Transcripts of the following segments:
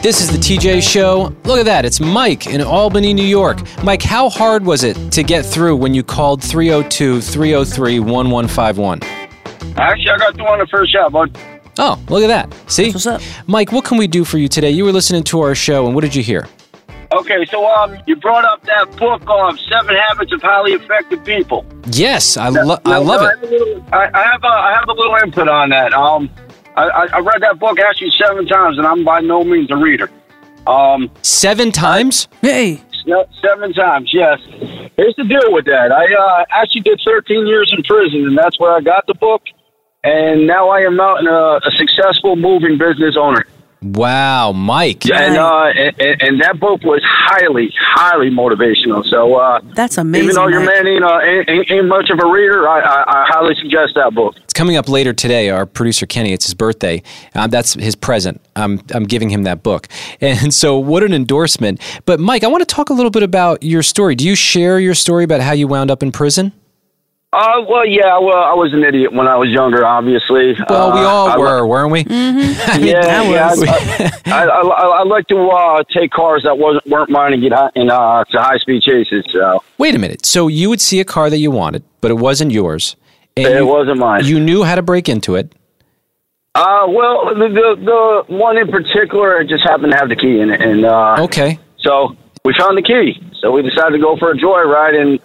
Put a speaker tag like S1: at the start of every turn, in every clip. S1: This is the TJ Show. Look at that, it's Mike in Albany, New York. Mike, how hard was it to get through when you called 302 303 1151?
S2: Actually, I got through on the first shot, bud.
S1: Oh, look at that. See?
S3: What's up?
S1: Mike, what can we do for you today? You were listening to our show, and what did you hear?
S2: Okay, so um, you brought up that book um, Seven Habits of Highly Effective People.
S1: Yes, I, lo- I
S2: No,
S1: love
S2: no,
S1: it.
S2: I have, a little, I, I, have a, I have a little input on that. Um, I, I, I read that book actually seven times, and I'm by no means a reader. Um,
S1: Seven times?
S3: Hey,
S2: se- seven times, yes. Here's the deal with that. I uh, actually did 13 years in prison, and that's where I got the book. And now I am out in a, a successful moving business owner.
S1: Wow, Mike.
S2: And, uh, and- and and that book was highly, highly motivational. So uh,
S3: that's amazing.
S2: even though your
S3: Mike.
S2: man ain't, uh, ain't, ain't- ain't much of a reader, I, I, I highly suggest that book.
S1: It's coming up later today. Our producer Kenny, it's his birthday. Um, that's his present. I'm I'm giving him that book, and so what an endorsement. But Mike, I want to talk a little bit about your story. Do you share your story about how you wound up in prison?
S2: Uh, well, yeah, well, I was an idiot when I was younger, obviously.
S1: Well,
S2: uh,
S1: we all
S2: I li-
S1: were, weren't we?
S2: yeah,
S3: I
S2: yeah,
S3: was.
S2: I, I, I, I, I like to uh, take cars that wasn't weren't mine and get high, and uh, to high speed chases. So
S1: Wait a minute. So you would see a car that you wanted, but it wasn't yours, and
S2: it
S1: you,
S2: wasn't mine.
S1: you knew how to break into it.
S2: uh, well, the, the the one in particular just happened to have the key in it, and uh,
S1: Okay.
S2: So we found the key. So we decided to go for a joyride, and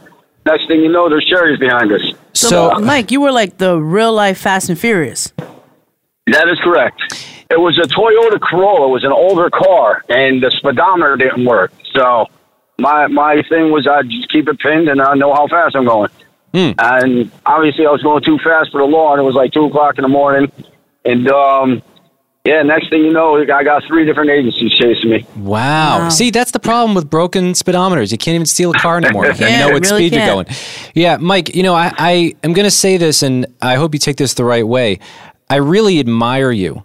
S2: next thing you know, there's cherries behind us.
S3: So, uh,
S1: So
S3: Mike, you were like the real life Fast and Furious.
S2: That is correct. It was a Toyota Corolla. It was an older car, and the speedometer didn't work. So my my thing was I just keep it pinned, and I know how fast I'm going.
S1: Hmm.
S2: And obviously, I was going too fast for the law, and it was like two o'clock in the morning. And um, yeah, next thing you know, I got three different agencies chasing me.
S1: Wow.
S3: Wow.
S1: See, that's the problem with broken speedometers. You can't even steal a car anymore. if you
S3: Yeah,
S1: know
S3: it
S1: what
S3: really
S1: speed you're
S3: can't.
S1: going. Yeah, Mike, you know, I, I am going to say this, and I hope you take this the right way. I really admire you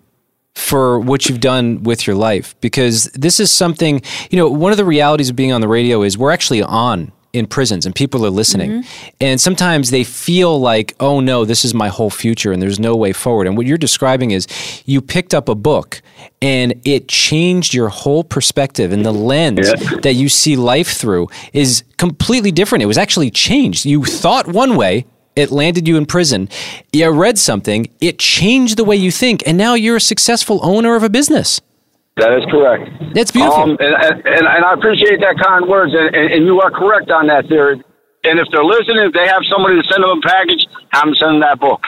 S1: for what you've done with your life because this is something, you know, one of the realities of being on the radio is we're actually on in prisons and people are listening.
S3: Mm-hmm.
S1: And sometimes they feel like, oh no, this is my whole future and there's no way forward. And what you're describing is you picked up a book and it changed your whole perspective and the lens
S2: Yeah.
S1: that you see life through is completely different. It was actually changed. You thought one way, it landed you in prison. You read something, it changed the way you think, and now you're a successful owner of a business.
S2: That is correct.
S1: That's beautiful.
S2: Um, and, and, and I appreciate that kind words, and, and, and you are correct on that theory. And if they're listening, if they have somebody to send them a package, I'm sending that book.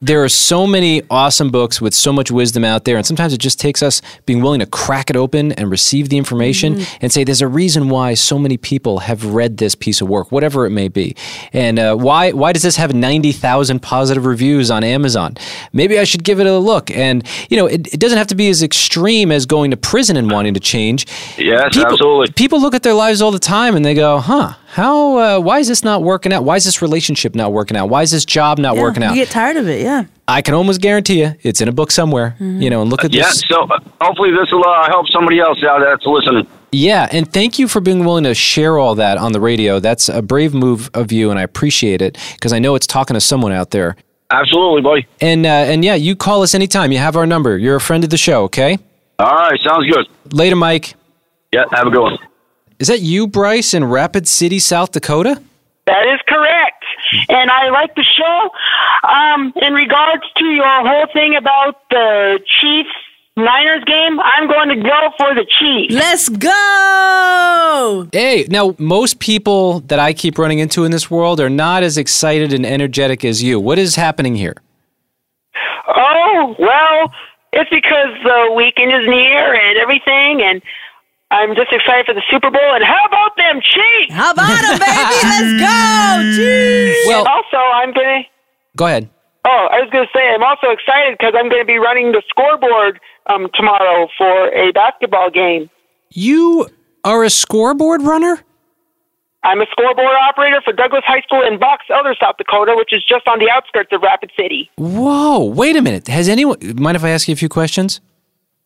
S1: There are so many awesome books with so much wisdom out there, and sometimes it just takes us being willing to crack it open and receive the information
S3: Mm-hmm.
S1: and say, "There's a reason why so many people have read this piece of work, whatever it may be, and uh, why why does this have ninety thousand positive reviews on Amazon? Maybe I should give it a look." And you know, it, it doesn't have to be as extreme as going to prison and wanting to change.
S2: Yes,
S1: people,
S2: absolutely.
S1: People look at their lives all the time and they go, "Huh? How? Uh, why is this not working out? Why is this relationship not working out? Why is this job not
S3: Yeah,
S1: working out?"
S3: You get tired of it, yeah.
S1: I can almost guarantee you it's in a book somewhere. Mm-hmm. You know, and look at
S2: Yeah,
S1: this.
S2: so uh, hopefully this will uh, help somebody else out that's listening.
S1: Yeah, and thank you for being willing to share all that on the radio. That's a brave move of you, and I appreciate it because I know it's talking to someone out there.
S2: Absolutely, buddy.
S1: And uh, and yeah, you call us anytime. You have our number. You're a friend of the show. Okay.
S2: All right, sounds good.
S1: Later, Mike.
S2: Yeah, have a good one.
S1: Is that you, Bryce, in Rapid City, South Dakota?
S4: That is correct. And I like the show. Um, in regards to your whole thing about the Chiefs Niners game, I'm going to go for the Chiefs.
S3: Let's go.
S1: Hey, now most people that I keep running into in this world are not as excited and energetic as you. What is happening here?
S4: Oh, well, it's because the weekend is near and everything, and I'm just excited for the Super Bowl. And how about them Chiefs?
S3: How about it, baby? Let's go. Jeez.
S1: Well,
S4: Also, I'm going to.
S1: go ahead.
S4: Oh, I was going to say, I'm also excited because I'm going to be running the scoreboard um, tomorrow for a basketball game.
S1: You are a scoreboard runner.
S4: I'm a scoreboard operator for Douglas High School in Box Elder, South Dakota, which is just on the outskirts of Rapid City.
S1: Whoa, wait a minute. Has anyone mind if I ask you a few questions?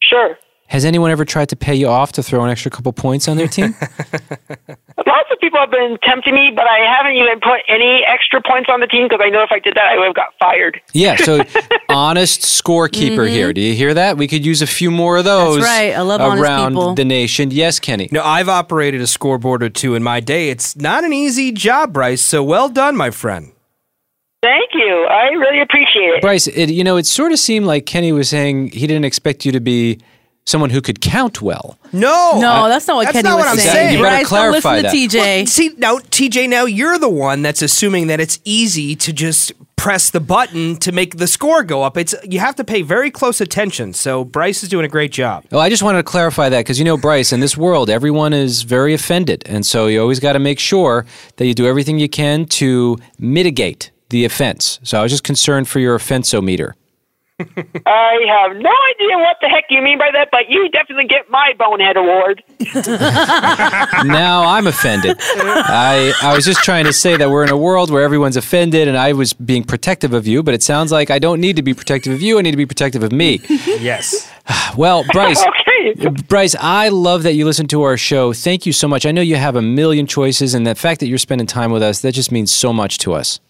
S4: Sure.
S1: Has anyone ever tried to pay you off to throw an extra couple points on their team?
S4: Lots of people have been tempting me, but I haven't even put any extra points on the team because I know if I did that, I would have got fired.
S1: yeah, so honest scorekeeper here. Do you hear that? We could use a few more of those
S3: right. I love honest
S1: around
S3: people.
S1: the nation. Yes, Kenny.
S5: No, I've operated a scoreboard or two in my day. It's not an easy job, Bryce. So well done, my friend.
S4: Thank you. I really appreciate it.
S1: Bryce, it, you know, it sort of seemed like Kenny was saying he didn't expect you to be someone who could count well.
S5: No,
S3: No, that's not what
S5: that's
S3: Kenny
S5: not
S3: was
S5: what I'm
S3: saying.
S5: saying. You
S1: Uh, better
S3: Bryce,
S1: clarify
S3: don't
S1: that.
S3: listen to TJ.
S5: See now, TJ. Now you're the one that's assuming that it's easy to just press the button to make the score go up. It's you have to pay very close attention. So Bryce is doing a great job.
S1: Well, I just wanted to clarify that because you know, Bryce, in this world, everyone is very offended, and so you always got to make sure that you do everything you can to mitigate the offense. So I was just concerned for your offensometer.
S4: I have no idea what the heck you mean by that, but you definitely get my bonehead award.
S1: now I'm offended. I I was just trying to say that we're in a world where everyone's offended, and I was being protective of you, but it sounds like I don't need to be protective of you. I need to be protective of me.
S5: Yes.
S1: Well, Bryce.
S4: Okay.
S1: Bryce, I love that you listen to our show. Thank you so much. I know you have a million choices, and the fact that you're spending time with us, that just means so much to us.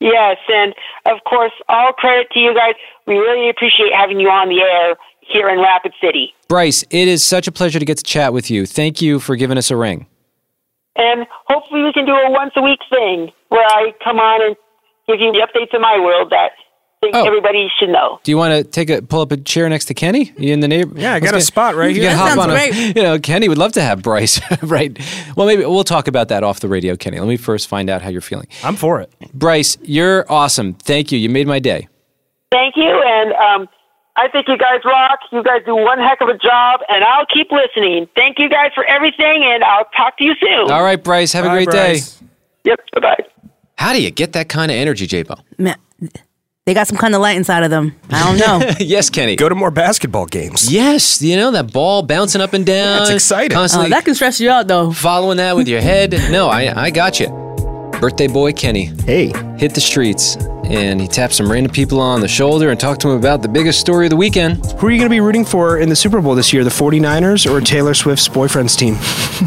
S4: Yes, and of course, all credit to you guys. We really appreciate having you on the air here in Rapid City.
S1: Bryce, it is such a pleasure to get to chat with you. Thank you for giving us a ring.
S4: And hopefully, we can do a once a week thing where I come on and give you the updates in my world that I think
S1: Oh.
S4: everybody should know.
S1: Do you want to take a pull up a chair next to Kenny? You in the neighbor?
S5: Yeah, I got
S1: Let's
S5: a spot right
S1: you
S5: here. That
S1: can hop
S3: sounds
S1: on a-
S3: great.
S1: you know, Kenny would love to have Bryce, right? Well, maybe we'll talk about that off the radio, Kenny. Let me first find out how you're feeling.
S5: I'm for it.
S1: Bryce, you're awesome. Thank you. You made my day.
S4: Thank you, and um, I think you guys rock. You guys do one heck of a job, and I'll keep listening. Thank you guys for everything, and I'll talk to you soon.
S1: All right, Bryce, have a great day.
S4: Yep. Bye bye.
S1: How do you get that kind of energy, Jabo?
S3: Man, they got some kind of light inside of them. I don't know.
S1: yes, Kenny.
S5: Go to more basketball games.
S1: Yes, you know that ball bouncing up and down.
S5: That's exciting.
S1: Constantly
S3: Uh, that can stress you out though.
S1: following that with your head. No, I, I got you. Birthday boy Kenny
S5: Hey.
S1: hit the streets and he tapped some random people on the shoulder and talked to him about the biggest story of the weekend.
S5: Who are you going to be rooting for in the Super Bowl this year, the 49ers or Taylor Swift's boyfriend's team?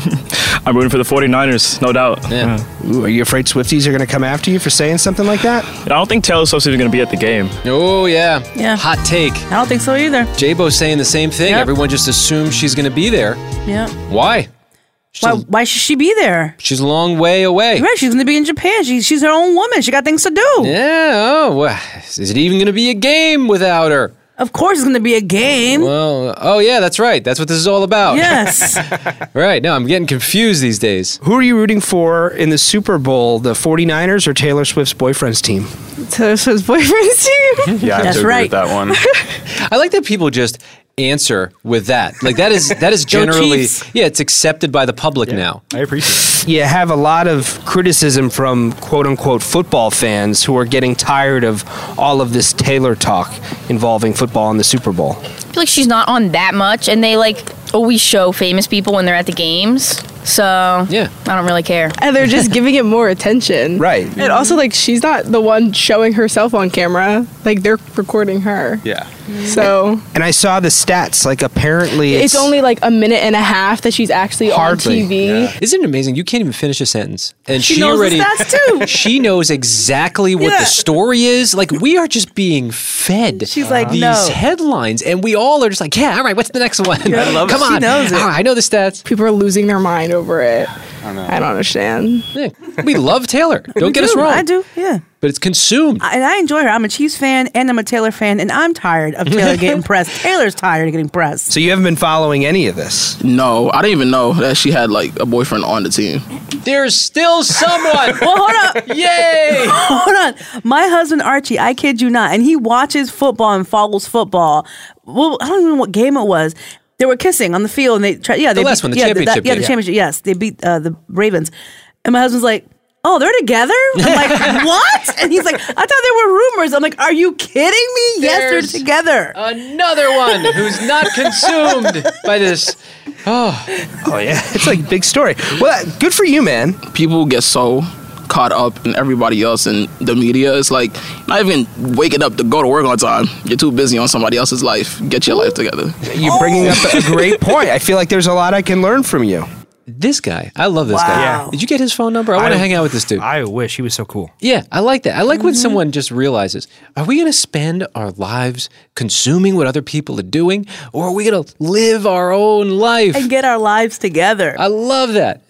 S6: I'm rooting for the 49ers, no doubt.
S1: Yeah.
S5: Ooh, are you afraid Swifties are going to come after you for saying something like that?
S6: I don't think Taylor Swift's even going to be at the game.
S1: Oh yeah.
S3: Yeah.
S1: Hot take.
S3: I don't think so either.
S1: J-Bo's saying the same thing.
S3: Yep.
S1: Everyone just assumes she's going to be there.
S3: Yeah.
S1: Why? She's,
S3: Why,
S1: a,
S3: why should she be there?
S1: she's a long way away.
S3: Right, she's gonna be in Japan. She, she's her own woman. She got things to do.
S1: Yeah. Oh, well, is it even going to be a game without her?
S3: Of course, it's gonna be a game.
S1: Well, oh yeah, that's right. That's what this is all about.
S3: Yes.
S1: Right. No, I'm getting confused these days.
S5: Who are you rooting for in the Super Bowl, the 49ers or Taylor Swift's boyfriend's team?
S7: Taylor Swift's boyfriend's team.
S6: Yeah, I have
S3: That's
S6: to agree
S3: right.
S6: with that one.
S1: I like that people just answer with that. Like that is that is generally
S3: Chiefs.
S1: yeah, it's accepted by the public now.
S6: I appreciate
S5: You have a lot of criticism from quote unquote football fans who are getting tired of all of this Taylor talk involving football and the Super Bowl.
S7: I feel like she's not on that much, and they like always show famous people when they're at the games. So
S1: Yeah.
S7: I don't really care.
S8: and they're just giving it more attention.
S5: Right.
S8: And also, like, she's not the one showing herself on camera. Like, they're recording her.
S6: Yeah.
S8: So
S5: And I saw the stats, like apparently
S8: it's, only like a minute and a half that she's actually
S5: Hardly,
S8: on TV.
S1: Isn't it amazing? You can't even finish a sentence. And she,
S3: She knows
S1: already
S3: the stats, too.
S1: She knows exactly what the
S3: Yeah.
S1: story is. Like we are just being fed
S3: She's like,
S1: these
S3: "No."
S1: headlines and we all are just like, Yeah, all right, what's the next one? I love Come
S3: it. She
S1: on.
S3: knows it.
S1: All right, I know the stats.
S8: People are losing their mind over it. I don't, know. I don't understand.
S1: Yeah. We love Taylor. Don't get us
S3: Dude,
S1: wrong.
S3: I do. Yeah.
S1: But it's consumed.
S3: I- and I enjoy her. I'm a Chiefs fan and I'm a Taylor fan, and I'm tired of Taylor getting pressed. Taylor's tired of getting pressed.
S5: So you haven't been following any of this.
S9: No, I didn't even know that she had like a boyfriend on the team.
S1: There's still someone.
S3: Well, hold up.
S1: Yay!
S3: Hold on. My husband Archie, I kid you not, and he watches football and follows football. Well, I don't even know what game it was. They were kissing on the field, and they tried. Yeah, the they
S1: last
S3: beat-
S1: one, the
S3: yeah,
S1: championship
S3: yeah, the
S1: game.
S3: championship. Yes, they beat uh, the Ravens. And my husband's like, "Oh, they're together." I'm like, "What?" And he's like, "I thought there were rumors." I'm like, "Are you kidding me? yes,
S1: There's-
S3: they're together."
S1: Another one who's not consumed by this. Oh,
S5: Oh yeah, it's like a big story. Well, good for you, man.
S9: People get so caught up in everybody else in the media. It's like not even waking up to go to work on time. You're too busy on somebody else's life. Get your life together.
S5: You're bringing up a great point. I feel like there's a lot I can learn from you.
S1: This guy, I love this guy.
S3: Wow. Yeah.
S1: Did you get his phone number? I want to
S5: I-
S1: hang out with this dude.
S5: I wish he was so cool.
S1: yeah, I like that. I like when someone just realizes, are we going to spend our lives consuming what other people are doing or are we going to live our own life?
S3: and get our lives together.
S1: I love that.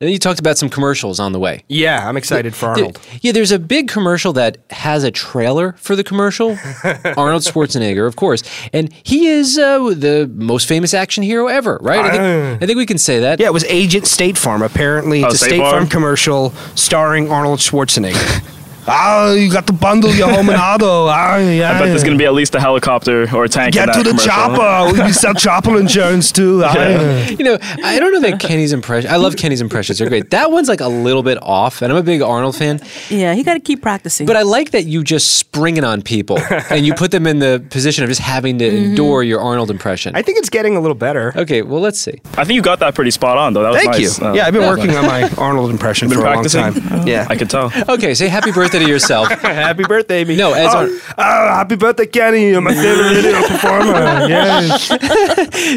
S1: And then you talked about some commercials on the way.
S5: Yeah, I'm excited for
S1: Dude,
S5: Arnold.
S1: yeah, there's a big commercial that has a trailer for the commercial. Arnold Schwarzenegger, of course, and he is uh, the most famous action hero ever, right? I think, I think we can say that.
S5: Ah. Yeah, it was Agent State Farm. Apparently, it's
S6: Oh,
S5: a State,
S6: State
S5: Farm?
S6: Farm?
S5: commercial starring Arnold Schwarzenegger. Ah, you got the bundle, your home and auto. Ah, yeah.
S6: I bet there's gonna be at least a helicopter or a tank. in
S5: Get
S6: that
S5: to the
S6: commercial.
S5: chopper. We sell chopper insurance too. Ah, yeah.
S1: You know, I don't know that Kenny's impression. I love Kenny's impressions; they're great. That one's like a little bit off, and I'm a big Arnold fan.
S3: yeah, he got to keep practicing.
S1: But I like that you just spring it on people, and you put them in the position of just having to endure your Arnold impression.
S5: I think it's getting a little better.
S1: okay, well, let's see.
S6: I think you got that pretty spot on though. That was
S5: Thank
S6: nice.
S5: you.
S6: Uh,
S5: yeah, I've been working on my Arnold impression
S6: been
S5: for
S6: practicing.
S5: a long time.
S6: Uh,
S5: yeah.
S6: I could tell.
S1: Okay, say happy birthday to yourself.
S5: Happy birthday, me.
S1: No, as
S5: oh, oh, happy birthday, Kenny. You're my favorite video performer. Yes.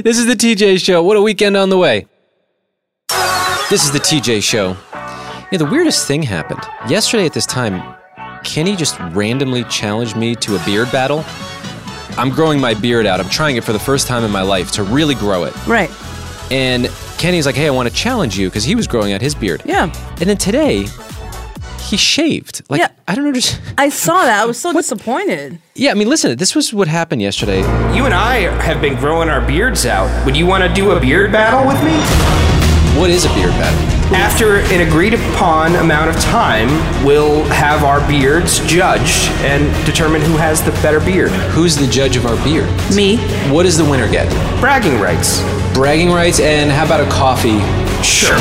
S1: This is the TJ Show. What a weekend on the way. This is the TJ Show. Yeah, the weirdest thing happened. Yesterday at this time, Kenny just randomly challenged me to a beard battle. I'm growing my beard out. I'm trying it for the first time in my life to really grow it.
S3: right.
S1: And Kenny's like, hey, I want to challenge you because he was growing out his beard.
S3: Yeah.
S1: And then today, he shaved. Like,
S3: Yeah.
S1: I don't understand.
S3: I saw that. I was so disappointed.
S1: Yeah, I mean, listen, this was what happened yesterday.
S5: You and I have been growing our beards out. Would you want to do a beard battle with me?
S1: What is a beard battle?
S5: After an agreed upon amount of time, we'll have our beards judged and determine who has the better beard.
S1: Who's the judge of our beard?
S3: Me.
S1: What does the winner get?
S5: Bragging rights.
S1: bragging rights and how about a coffee
S5: Sure.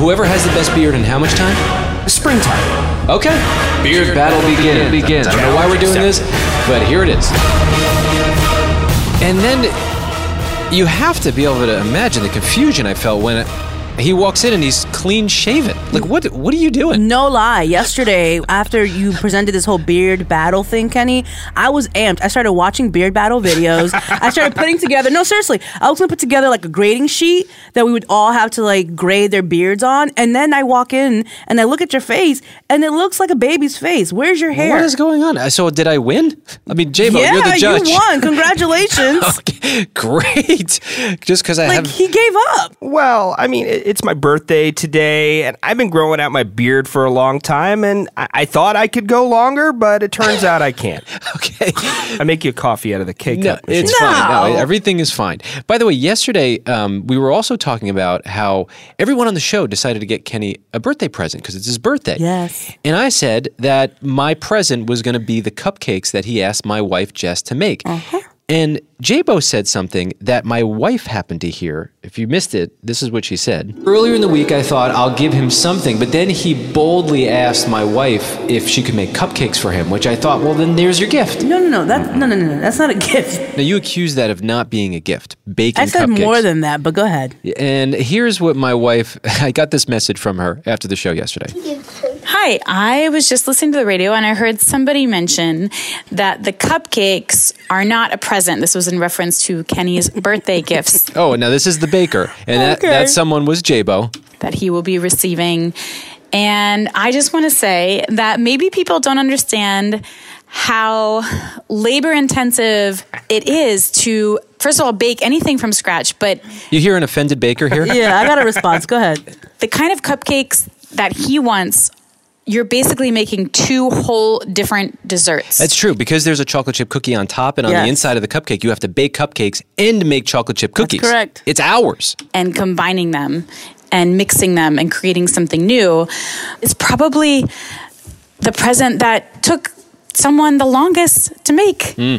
S1: whoever has the best beard in how much time
S5: Springtime.
S1: okay beard, battle, begins. begins i don't know why we're doing this but here it is and then you have to be able to imagine the confusion i felt when he walks in and he's clean shaven like what what are you doing
S3: No lie. Yesterday, after you presented this whole beard battle thing, Kenny, I was amped. I started watching beard battle videos. I started putting together. No, seriously, I was gonna put together like a grading sheet that we would all have to like grade their beards on. And then I walk in and I look at your face, and it looks like a baby's face. Where's your hair?
S1: what is going on so did i win i mean j-bo
S3: yeah,
S1: you're the judge
S3: you won. Congratulations.
S1: great just because i
S3: Like
S1: have
S3: he gave up.
S5: Well, I mean, it- it's my birthday today, and I've been growing out my beard for a long time, and I, I thought I could go longer, but it turns out I can't.
S1: okay
S5: I make you a coffee out of the K
S1: No,
S5: cup. machine.
S1: it's fine. No, everything is fine. By the way, yesterday um, we were also talking about how everyone on the show decided to get Kenny a birthday present because it's his birthday.
S3: Yes.
S1: And I said that my present was going to be the cupcakes that he asked my wife Jess to make. And Jabo said something that my wife happened to hear. If you missed it, this is what she said. Earlier in the week, I thought I'll give him something, but then he boldly asked my wife if she could make cupcakes for him, which I thought, well, then there's your gift.
S3: No, no, no. That no, no, no, no. That's not a gift.
S1: Now you accuse that of not being a gift, baking.
S3: I said
S1: cupcakes.
S3: more than that, but go ahead.
S1: And here's what my wife. I got this message from her after the show yesterday.
S10: Hi, I was just listening to the radio and I heard somebody mention that the cupcakes are not a present. This was in reference to Kenny's birthday gifts
S1: Oh, now this is the baker, and that,
S3: Okay.
S1: that someone was Jabo.
S10: that he will be receiving. And I just want to say that maybe people don't understand how labor intensive it is to, first of all, bake anything from scratch, but
S1: You hear an offended baker here?
S3: Yeah, I got a response. Go ahead.
S10: the kind of cupcakes that he wants, you're basically making two whole different desserts.
S1: That's true because there's a chocolate chip cookie on top, and on
S3: Yes.
S1: the inside of the cupcake, you have to bake cupcakes and make chocolate chip cookies.
S3: correct.
S1: It's ours.
S10: and combining them and mixing them and creating something new is probably the present that took someone the longest to make.
S1: Hmm.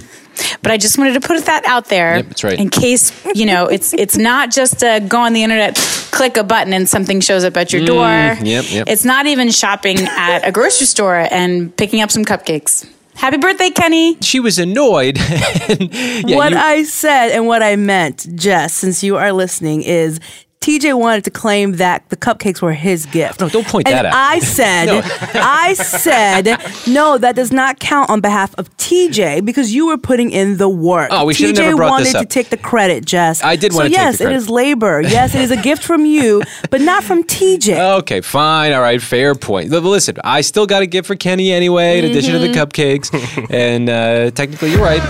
S10: But I just wanted to put that out there
S1: Yep, that's right.
S10: in case, you know, it's it's not just uh go on the internet, click a button and something shows up at your door.
S1: Mm, yep, yep.
S10: It's not even shopping at a grocery store and picking up some cupcakes. Happy birthday, Kenny.
S1: She was annoyed. and, yeah,
S3: what
S1: you-
S3: I said and what I meant, Jess, since you are listening, is TJ wanted to claim that the cupcakes were his gift. No,
S1: don't point
S3: and
S1: that out.
S3: I said,
S1: No.
S3: I said, no, that does not count on behalf of TJ because you were putting in the work.
S1: Oh, we should've
S3: TJ
S1: never brought
S3: wanted
S1: this
S3: to
S1: up.
S3: take the credit, Jess.
S1: I did
S3: so
S1: wanna take the
S3: yes,
S1: credit.
S3: it is labor. Yes, it is a gift from you, but not from TJ.
S1: Okay, fine. All right, fair point. L- Listen, I still got a gift for Kenny anyway, in addition to the
S3: Mhm.
S1: cupcakes. and uh, technically, you're right.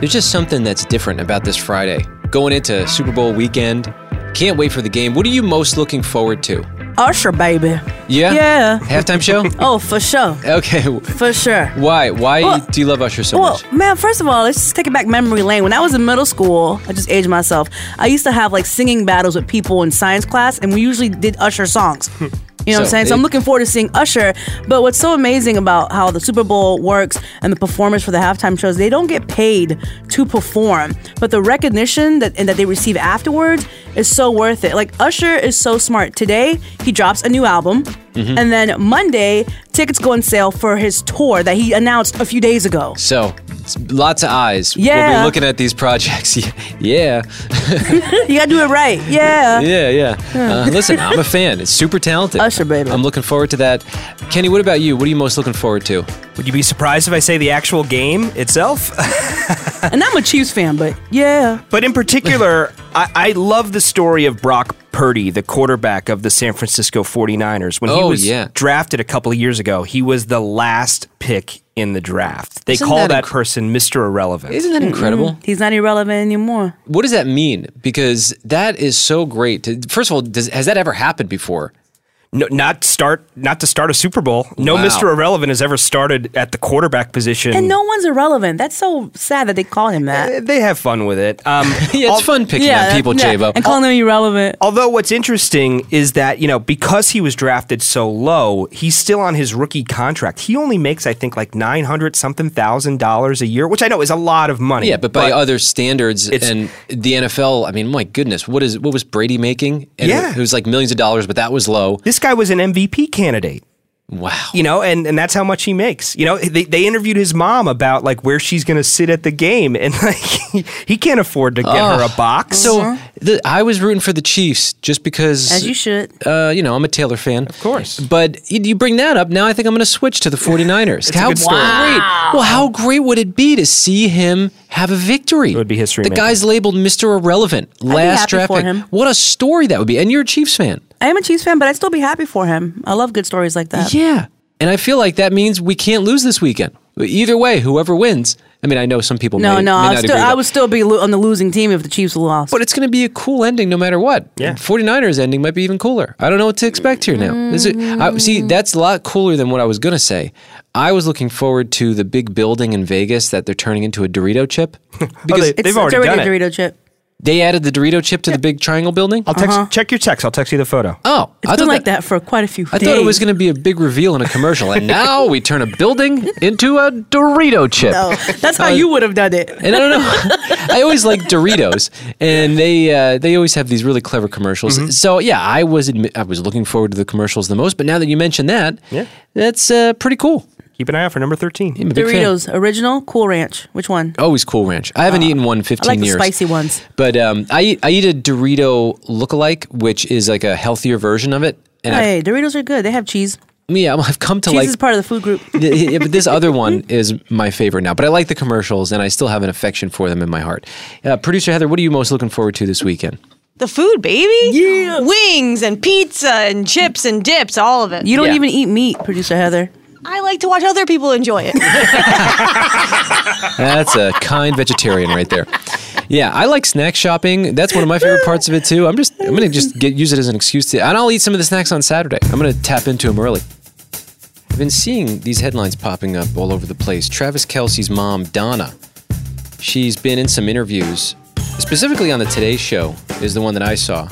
S1: There's just something that's different about this Friday. Going into Super Bowl weekend, can't wait for the game. What are you most looking forward to?
S3: Usher, baby.
S1: Yeah?
S3: Yeah.
S1: Halftime show?
S3: oh, for sure.
S1: Okay.
S3: For sure.
S1: Why? Why
S3: Well-
S1: do you love Usher so
S3: well,
S1: much?
S3: man, first of all, let's just take it back memory lane. When I was in middle school, I just aged myself. I used to have like singing battles with people in science class, and we usually did Usher songs. You know what I'm
S11: So
S3: saying? so
S11: it-
S3: I'm looking forward to seeing Usher. But what's so amazing about how the Super Bowl works and the performers for the halftime shows, they don't get paid to perform. But the recognition that and that they receive afterwards is so worth it. Like Usher is so smart. Today, he drops a new album.
S1: Mhm.
S3: And then Monday, tickets go on sale for his tour that he announced a few days ago.
S1: So, it's lots of eyes. We'll
S3: Yeah.
S1: be looking at these projects. yeah.
S3: you gotta do it right. Yeah.
S1: Yeah, yeah. Uh,
S3: Yeah.
S1: listen, I'm a fan. It's super talented.
S3: Usher, baby.
S1: I'm looking forward to that. Kenny, what about you? What are you most looking forward to?
S5: Would you be surprised if I say the actual game itself?
S3: and I'm a Chiefs fan, but yeah.
S5: But in particular, I, I love the story of Brock Purdy, the quarterback of the San Francisco 49ers. When he
S1: Oh,
S5: was
S1: yeah.
S5: drafted a couple of years ago, he was the last pick in the draft. They
S1: Isn't
S5: call
S1: that
S5: that, person Mr. Irrelevant.
S1: Isn't that incredible?
S3: Mm-mm. He's not irrelevant anymore.
S1: What does that mean? Because that is so great. to- First of all, does, has that ever happened before?
S5: No, not start, not to start a Super Bowl. No
S1: Wow.
S5: Mr. Irrelevant has ever started at the quarterback
S1: Mm.
S5: position.
S3: And no one's irrelevant. That's so sad that they call him that.
S5: they have fun with it. Um,
S1: yeah, it's fun
S3: And calling them irrelevant.
S5: Although what's interesting is that, you know, because he was drafted so low, he's still on his rookie contract. He only makes, I think, like 900 something thousand dollars a year, which I know is a lot of money.
S1: Yeah, but by other standards and the NFL, I mean, my goodness, what is what was Brady making? And
S5: Yeah.
S1: it was like millions of dollars, but that was low.
S5: this guy was an MVP candidate.
S1: Wow.
S5: You know, and, and that's how much he makes. You know, they, they interviewed his mom about like where she's going to sit at the game, and like he can't afford to get her
S1: Oh.
S5: a box.
S3: Uh-huh.
S1: So the, I was rooting for the Chiefs just because,
S5: As you should.
S1: Uh, you know, I'm a Taylor fan, of course. But you, you bring that up now. I think I'm going to switch to the 49ers.
S5: It's a
S1: how
S5: good story.
S1: great!
S5: Wow.
S1: Well, how great would it be to see him have a victory? It would be history. The
S5: making.
S1: guy's labeled Mr. Irrelevant. Last
S3: happy
S1: draft
S3: for
S1: pick.
S3: him.
S1: What a story that would be! And you're a Chiefs fan.
S3: I am a Chiefs fan, but I'd still be happy for him. I love good stories like that.
S1: Yeah. And I feel like that means we can't lose this weekend. Either way, whoever wins. I mean, I know some people.
S3: No,
S1: may,
S3: no,
S1: may
S3: I
S1: not
S3: would, still,
S1: agree with
S3: I
S1: that.
S3: would still be lo- on the losing team if the Chiefs lost.
S1: But it's going to be a cool ending no matter what. Yeah. 49ers ending might be even cooler. I don't know what to expect here now. This Is I, see, that's a lot cooler than what I was going to say. I was looking forward to the big building in Vegas that they're turning into a Dorito chip.
S5: Oh, they- It's- they've it's already already done a
S3: Dorito chip.
S1: They added the Dorito chip to the big triangle building?
S5: I'll text, check your text. I'll text you the photo.
S1: Oh,
S3: It's
S1: I
S3: been
S1: thought
S3: like that, for quite a few
S1: I
S3: days.
S1: thought it was going to be a big reveal in a commercial, and now we turn a building into a Dorito chip.
S3: No, that's how
S1: Uh,
S3: you would have done it.
S1: and I don't know. I always like Doritos, and they uh, they always have these really clever commercials.
S5: Mm-hmm.
S1: So yeah, I was admi- I was looking forward to the commercials the most. But now that you mention that, yeah, that's uh, pretty cool.
S5: Keep an eye out for number thirteen.
S1: I'm a big fan.
S3: Doritos, original, Cool Ranch. Which one?
S1: Always Cool Ranch. I haven't eaten one in
S3: I
S1: 15
S3: like the
S1: years.
S3: spicy ones.
S1: But um, I eat, I eat a Dorito lookalike, which is like a healthier version of it. And
S3: hey, Doritos are good. They have cheese.
S1: I, yeah, I've come to
S3: cheese
S1: like
S3: is part of the food group.
S1: yeah, but this other one is my favorite now. But I like the commercials, and I still have an affection for them in my heart. Uh, Producer Heather, what are you most looking forward to this weekend?
S12: The food, baby. Yeah. Wings and pizza and chips and dips, all of it.
S3: You don't even eat meat, producer Heather.
S12: I like to watch other people enjoy it.
S1: That's a kind vegetarian right there. Yeah, I like snack shopping. That's one of my favorite parts of it too. I'm just I'm gonna just get use it as an excuse to, and I'll eat some of the snacks on Saturday. I'm gonna tap into them early. I've been seeing these headlines popping up all over the place. Travis Kelsey's mom, Donna, she's been in some interviews, specifically on the Today Show, is the one that I saw.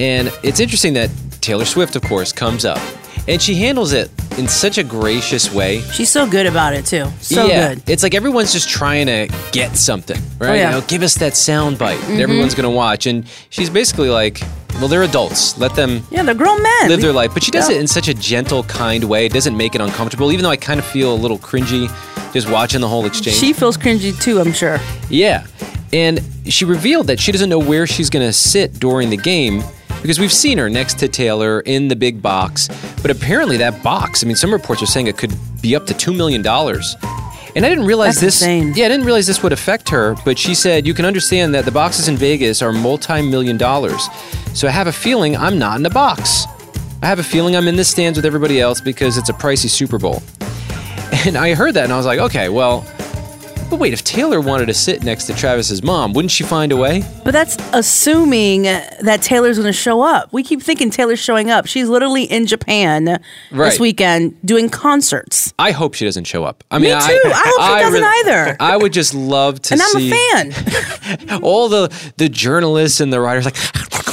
S1: And it's interesting that Taylor Swift, of course, comes up. And she handles it in such a gracious way.
S3: She's so good about it too. So
S1: yeah,
S3: good.
S1: It's like everyone's just trying to get something, right?
S3: Oh, yeah.
S1: You know, give us that sound bite that
S3: Mhm.
S1: everyone's going to watch. And she's basically like, well, they're adults. Let them
S3: Yeah, they're grown men.
S1: live their life. But she does
S3: Yeah.
S1: it in such a gentle, kind way. It doesn't make it uncomfortable, even though I kind of feel a little cringy just watching the whole exchange.
S3: She feels cringy too, I'm sure.
S1: yeah. And she revealed that she doesn't know where she's going to sit during the game because we've seen her next to Taylor in the big box. But apparently, that box, I mean, some reports are saying it could be up to $2 million. And I didn't realize this. Yeah, I didn't realize this would affect her, but she said, You can understand that the boxes in Vegas are multi million dollars. So I have a feeling I'm not in a box. I have a feeling I'm in the stands with everybody else because it's a pricey Super Bowl. And I heard that and I was like, okay, well, but wait, if Taylor wanted to sit next to Travis's mom, wouldn't she find a way?
S3: But that's assuming that Taylor's going to show up. We keep thinking Taylor's showing up. She's literally in Japan
S1: Right.
S3: this weekend doing concerts.
S1: I hope she doesn't show up. I mean,
S3: Me too. I hope she doesn't either.
S1: I would just love to
S3: and I'm
S1: see
S3: a fan.
S1: all the the journalists and the writers like.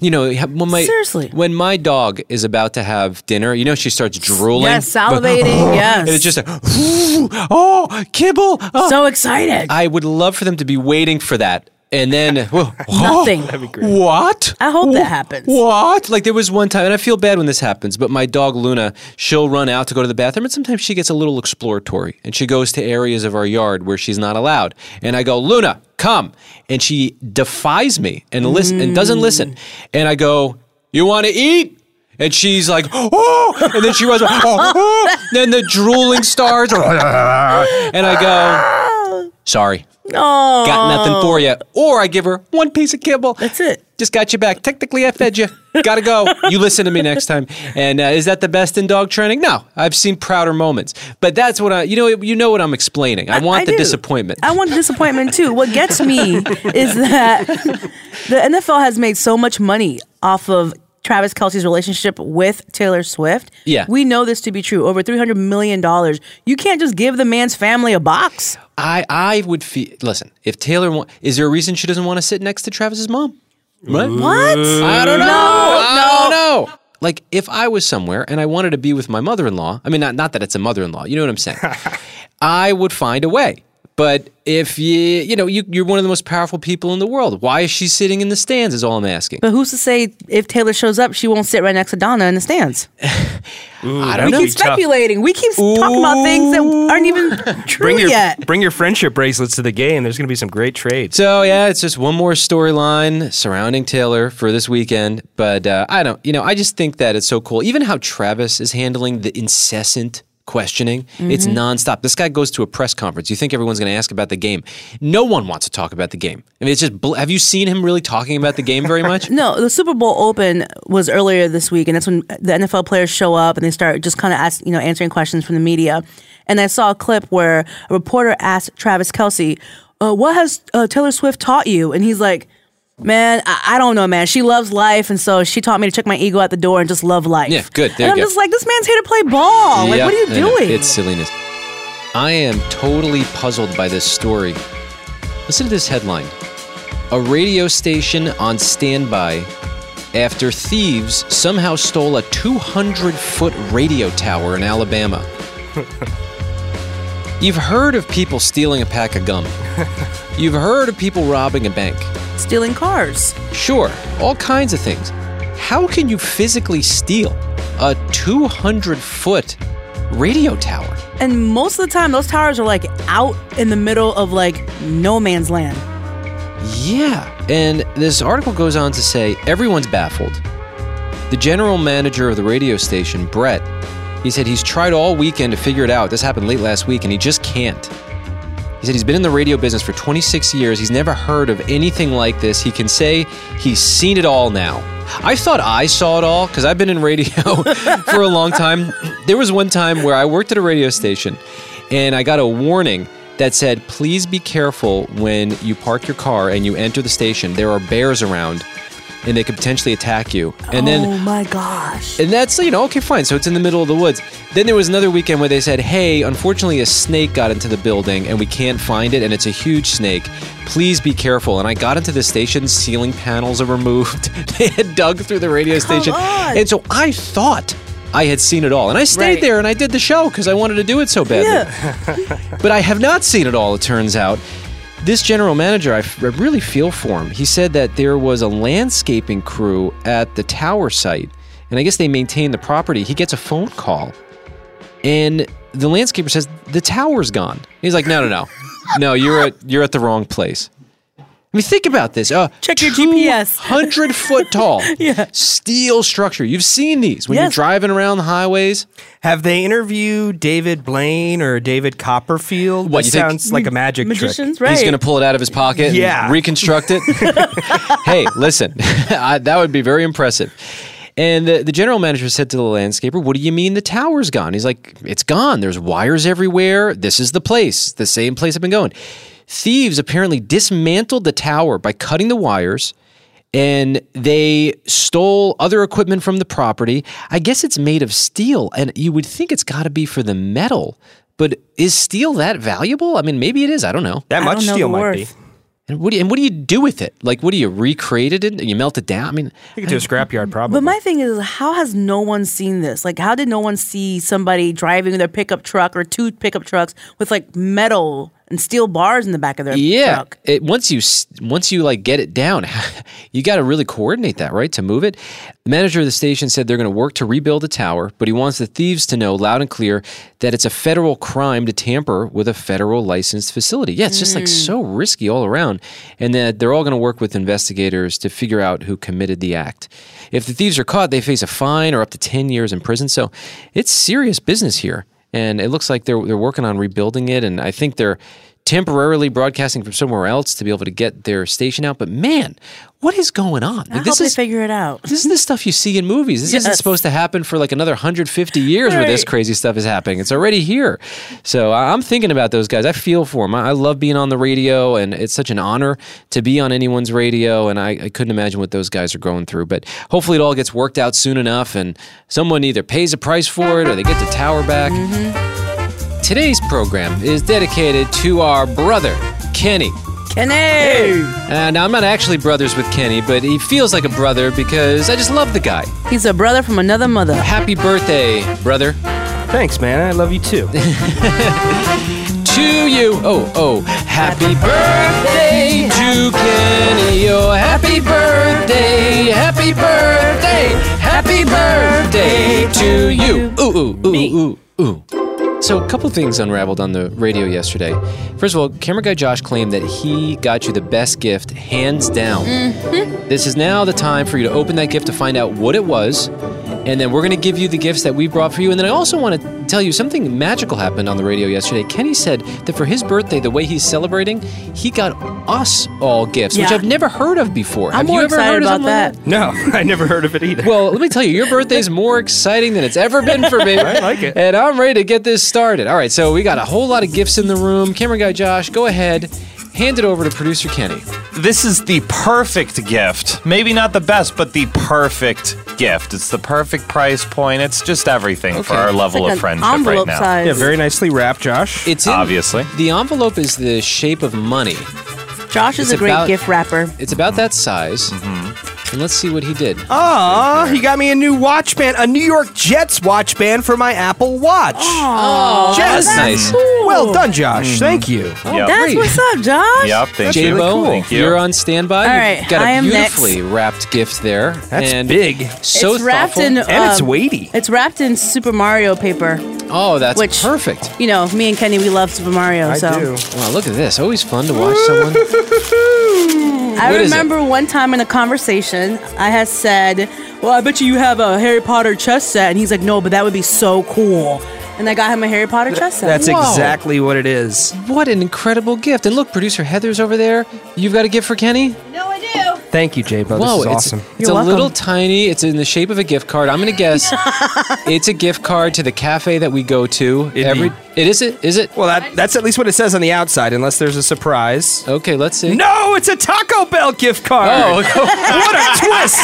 S1: You know, when my
S3: Seriously.
S1: when my dog is about to have dinner, you know she starts drooling,
S3: Yes, salivating, yes.
S1: and it's just a, oh kibble, oh.
S3: So excited.
S1: I would love for them to be waiting for that, and then whoa,
S3: Nothing.
S1: that'd be great. What?
S3: I hope that happens.
S1: What? Like there was one time, and I feel bad when this happens, but my dog Luna, she'll run out to go to the bathroom, and sometimes she gets a little exploratory, and she goes to areas of our yard where she's not allowed. And I go, Luna, come, and she defies me and listen and doesn't listen. And I go, you want to eat? And she's like, oh, and then she runs, oh, oh. then the drooling starts, and I go, sorry.
S3: No.
S1: Got nothing for you. Or I give her one piece of kibble. That's it. Just got you back. Technically, I fed you. Gotta go. you listen to me next time. And uh, is that the best in dog training? No, I've seen prouder moments. But that's what I, you know, you know what I'm explaining. I, want
S3: I
S1: the
S3: do.
S1: disappointment.
S3: I want disappointment too. What gets me is that the NFL has made so much money off of Travis Kelsey's relationship with Taylor Swift.
S1: Yeah.
S3: We know this to be true. Over $300 million. You can't just give the man's family a box.
S1: I, I would feel. Listen, if Taylor, wa- is there a reason she doesn't want to sit next to Travis's mom? What?
S3: What?
S1: I don't know.
S3: No,
S1: I don't
S3: no.
S1: know. Like if I was somewhere and I wanted to be with my mother-in-law, I mean, not not that it's a mother-in-law. You know what I'm saying? I would find a way. But if you you know you, you're one of the most powerful people in the world, why is she sitting in the stands? Is all I'm asking.
S3: But who's to say if Taylor shows up, she won't sit right next to Donna in the stands?
S1: I
S3: we keep speculating. We keep talking about things that aren't even true
S5: Bring your
S3: yet.
S5: bring your friendship bracelets to the game. There's going to be some great trades.
S1: So yeah, it's just one more storyline surrounding Taylor for this weekend. But uh, I don't, you know, I just think that it's so cool. Even how Travis is handling the incessant questioning, it's
S11: Mhm.
S1: nonstop. This guy goes to a press conference. You think everyone's going to ask about the game? No one wants to talk about the game. I mean, it's just. Bl- have you seen him really talking about the game very much?
S3: No, the Super Bowl Open was earlier this week, and that's when the NFL players show up and they start just kind of ask, you know, answering questions from the media. And I saw a clip where a reporter asked Travis Kelsey, uh, "What has uh, Taylor Swift taught you?" And he's like, "Man, I-, I don't know, man. She loves life, and so she taught me to check my ego at the door and just love life."
S1: Yeah, good. There
S3: and I'm
S1: you go.
S3: just like, this man's here to play ball. Like,
S1: Yeah,
S3: what are you
S1: I know.
S3: doing?
S1: It's silliness. I am totally puzzled by this story. Listen to this headline A radio station on standby after thieves somehow stole a 200 foot radio tower in Alabama. You've heard of people stealing a pack of gum, you've heard of people robbing a bank.
S3: Stealing cars.
S1: Sure, all kinds of things. How can you physically steal a 200 foot radio tower?
S3: And most of the time, those towers are like out in the middle of like no man's land.
S1: Yeah. And this article goes on to say everyone's baffled. The general manager of the radio station, Brett, he said he's tried all weekend to figure it out. This happened late last week and he just can't. He said he's been in the radio business for 26 years. He's never heard of anything like this. He can say he's seen it all now. I thought I saw it all because I've been in radio for a long time. There was one time where I worked at a radio station and I got a warning that said, please be careful when you park your car and you enter the station. There are bears around and they could potentially attack you. And then
S3: oh my gosh.
S1: and that's, you know, okay, fine. So it's in the middle of the woods. Then there was another weekend where they said, hey, unfortunately, a snake got into the building and we can't find it, and it's a huge snake. Please be careful. And I got into the station, ceiling panels are removed. they had dug through the radio station. And so I thought I had seen it all. And I stayed
S11: Right.
S1: there and I did the show because I wanted to do it so badly. but I have not seen it all, it turns out. This general manager, I, f- I really feel for him. He said that there was a landscaping crew at the tower site, and I guess they maintain the property. He gets a phone call, and the landscaper says, The tower's gone. He's like, No, no, no. No, you're at, you're at the wrong place. I mean, think about this. Uh, Check your GPS. Hundred foot tall. yeah. Steel structure. You've seen these when you're driving around the highways.
S5: Have they interviewed David Blaine or David Copperfield?
S1: What,
S5: That
S1: you think-
S5: sounds like a magic trick.
S1: He's going to pull it out of his pocket and
S5: Yeah.
S1: reconstruct it. hey, listen, I, that would be very impressive. And the, the general manager said to the landscaper, What do you mean the tower's gone? He's like, It's gone. There's wires everywhere. This is the place, the same place I've been going. Thieves apparently dismantled the tower by cutting the wires and they stole other equipment from the property. I guess it's made of steel, and you would think it's got to be for the metal. But is steel that valuable? I mean, maybe it is. I don't know.
S5: That I much don't know steel the might worth.
S1: be. And what, do you, and what do you do with it? Like, what do you recreate it in? You melt it down? I mean,
S5: you could do a scrapyard problem.
S3: But my thing is, how has no one seen this? Like, how did no one see somebody driving their pickup truck or two pickup trucks with like metal and steel bars in the back of their
S1: yeah,
S3: truck?
S1: it, once you s- once you like get it down, you got to really coordinate that, right? To move it. The manager of the station said they're going to work to rebuild the tower, but he wants the thieves to know loud and clear that it's a federal crime to tamper with a federal licensed facility. Yeah, it's just like so risky all around, and that they're all going to work with investigators to figure out who committed the act. If the thieves are caught, they face a fine or up to ten years in prison. So it's serious business here. And it looks like they're they're working on rebuilding it, and I think they're temporarily broadcasting from somewhere else to be able to get their station out. But man, what is going on? Like,
S3: I hope
S1: this
S3: they
S1: is
S3: figure it out.
S1: this is the stuff you see in movies. This isn't
S3: Yes.
S1: supposed to happen for like another 150 years where this
S3: Right.
S1: crazy stuff is happening. It's already here. So I- I'm thinking about those guys. I feel for them. I I love being on the radio, and it's such an honor to be on anyone's radio. And I, I couldn't imagine what those guys are going through. But hopefully, it all gets worked out soon enough, and someone either pays a price for it or they get the tower back. Today's program is dedicated to our brother, Kenny.
S3: Kenny!
S1: Uh, now, I'm not actually brothers with Kenny, but he feels like a brother because I just love the guy.
S3: He's a brother from another mother.
S1: Happy birthday, brother.
S5: Thanks, man. I love you too.
S1: to you. Oh, oh. Happy birthday to Kenny. Oh, happy birthday. Happy birthday. Happy birthday to you. Ooh, ooh, ooh, ooh, ooh. So, a couple things unraveled on the radio yesterday. First of all, camera guy Josh claimed that he got you the best gift, hands down.
S5: Mm-hmm.
S1: This is now the time for you to open that gift to find out what it was. And then we're going to give you the gifts that we brought for you. And then I also want to tell you something magical happened on the radio yesterday. Kenny said that for his birthday, the way he's celebrating, he got us all gifts, which
S5: Yeah.
S1: I've never heard of before.
S5: I'm
S1: Have
S5: more
S1: you ever
S5: excited
S1: heard of
S5: about
S1: something like
S5: that. No, I never heard of it either.
S1: Well, let me tell you, your birthday's more exciting than it's ever been for me.
S5: I like it.
S1: And I'm ready to get this started. All right, so we got a whole lot of gifts in the room. Camera guy Josh, go ahead, hand it over to producer Kenny.
S11: This is the perfect gift. Maybe not the best, but the perfect gift. It's the perfect price point. It's just everything for our level of friendship right now.
S5: Yeah, very nicely wrapped, Josh.
S1: It's obviously the envelope is the shape of money.
S3: Josh is
S1: It's
S3: a great
S1: about-
S3: gift wrapper.
S1: It's about that size. And let's see what he did.
S5: Aw, he got me a new watch band, a New York Jets watch band for my Apple Watch.
S3: Aw,
S5: Jets.
S3: that's Nice. cool.
S5: Well done, Josh. Thank you.
S1: Oh, Yep. that's
S3: What's up, Josh?
S1: J-Lo, You're on standby.
S3: All
S1: You've
S3: right,
S1: got a
S3: I am
S1: beautifully wrapped gift there. That's and
S5: big.
S1: So
S3: it's wrapped
S1: thoughtful.
S3: in um, It's wrapped in Super Mario paper.
S1: Oh, that's perfect.
S3: You know, me and Kenny, we love Super Mario. so
S1: Wow, look at this. Always fun to watch someone.
S3: I
S1: What is it?
S3: remember one time in a conversation, I had said, "Well, I bet you you have a Harry Potter chess set," and he's like, "No, but that would be so cool." And I got him a Harry Potter chess set.
S5: That's exactly what it is.
S1: What an incredible gift. And look, producer Heather's over there. You've got a gift for Kenny?
S5: Thank you, J-Bo.
S1: Whoa,
S5: Oh, this is
S1: it's,
S5: awesome.
S1: it's a little tiny. It's in the shape of a gift card. I'm going to guess it's a gift card to the cafe that we go to. every. It is it? Is it?
S5: Well, that, that's at least what it says on the outside, unless there's a surprise.
S1: Okay, let's see.
S5: No, it's a Taco Bell gift card.
S1: Oh,
S5: what a twist!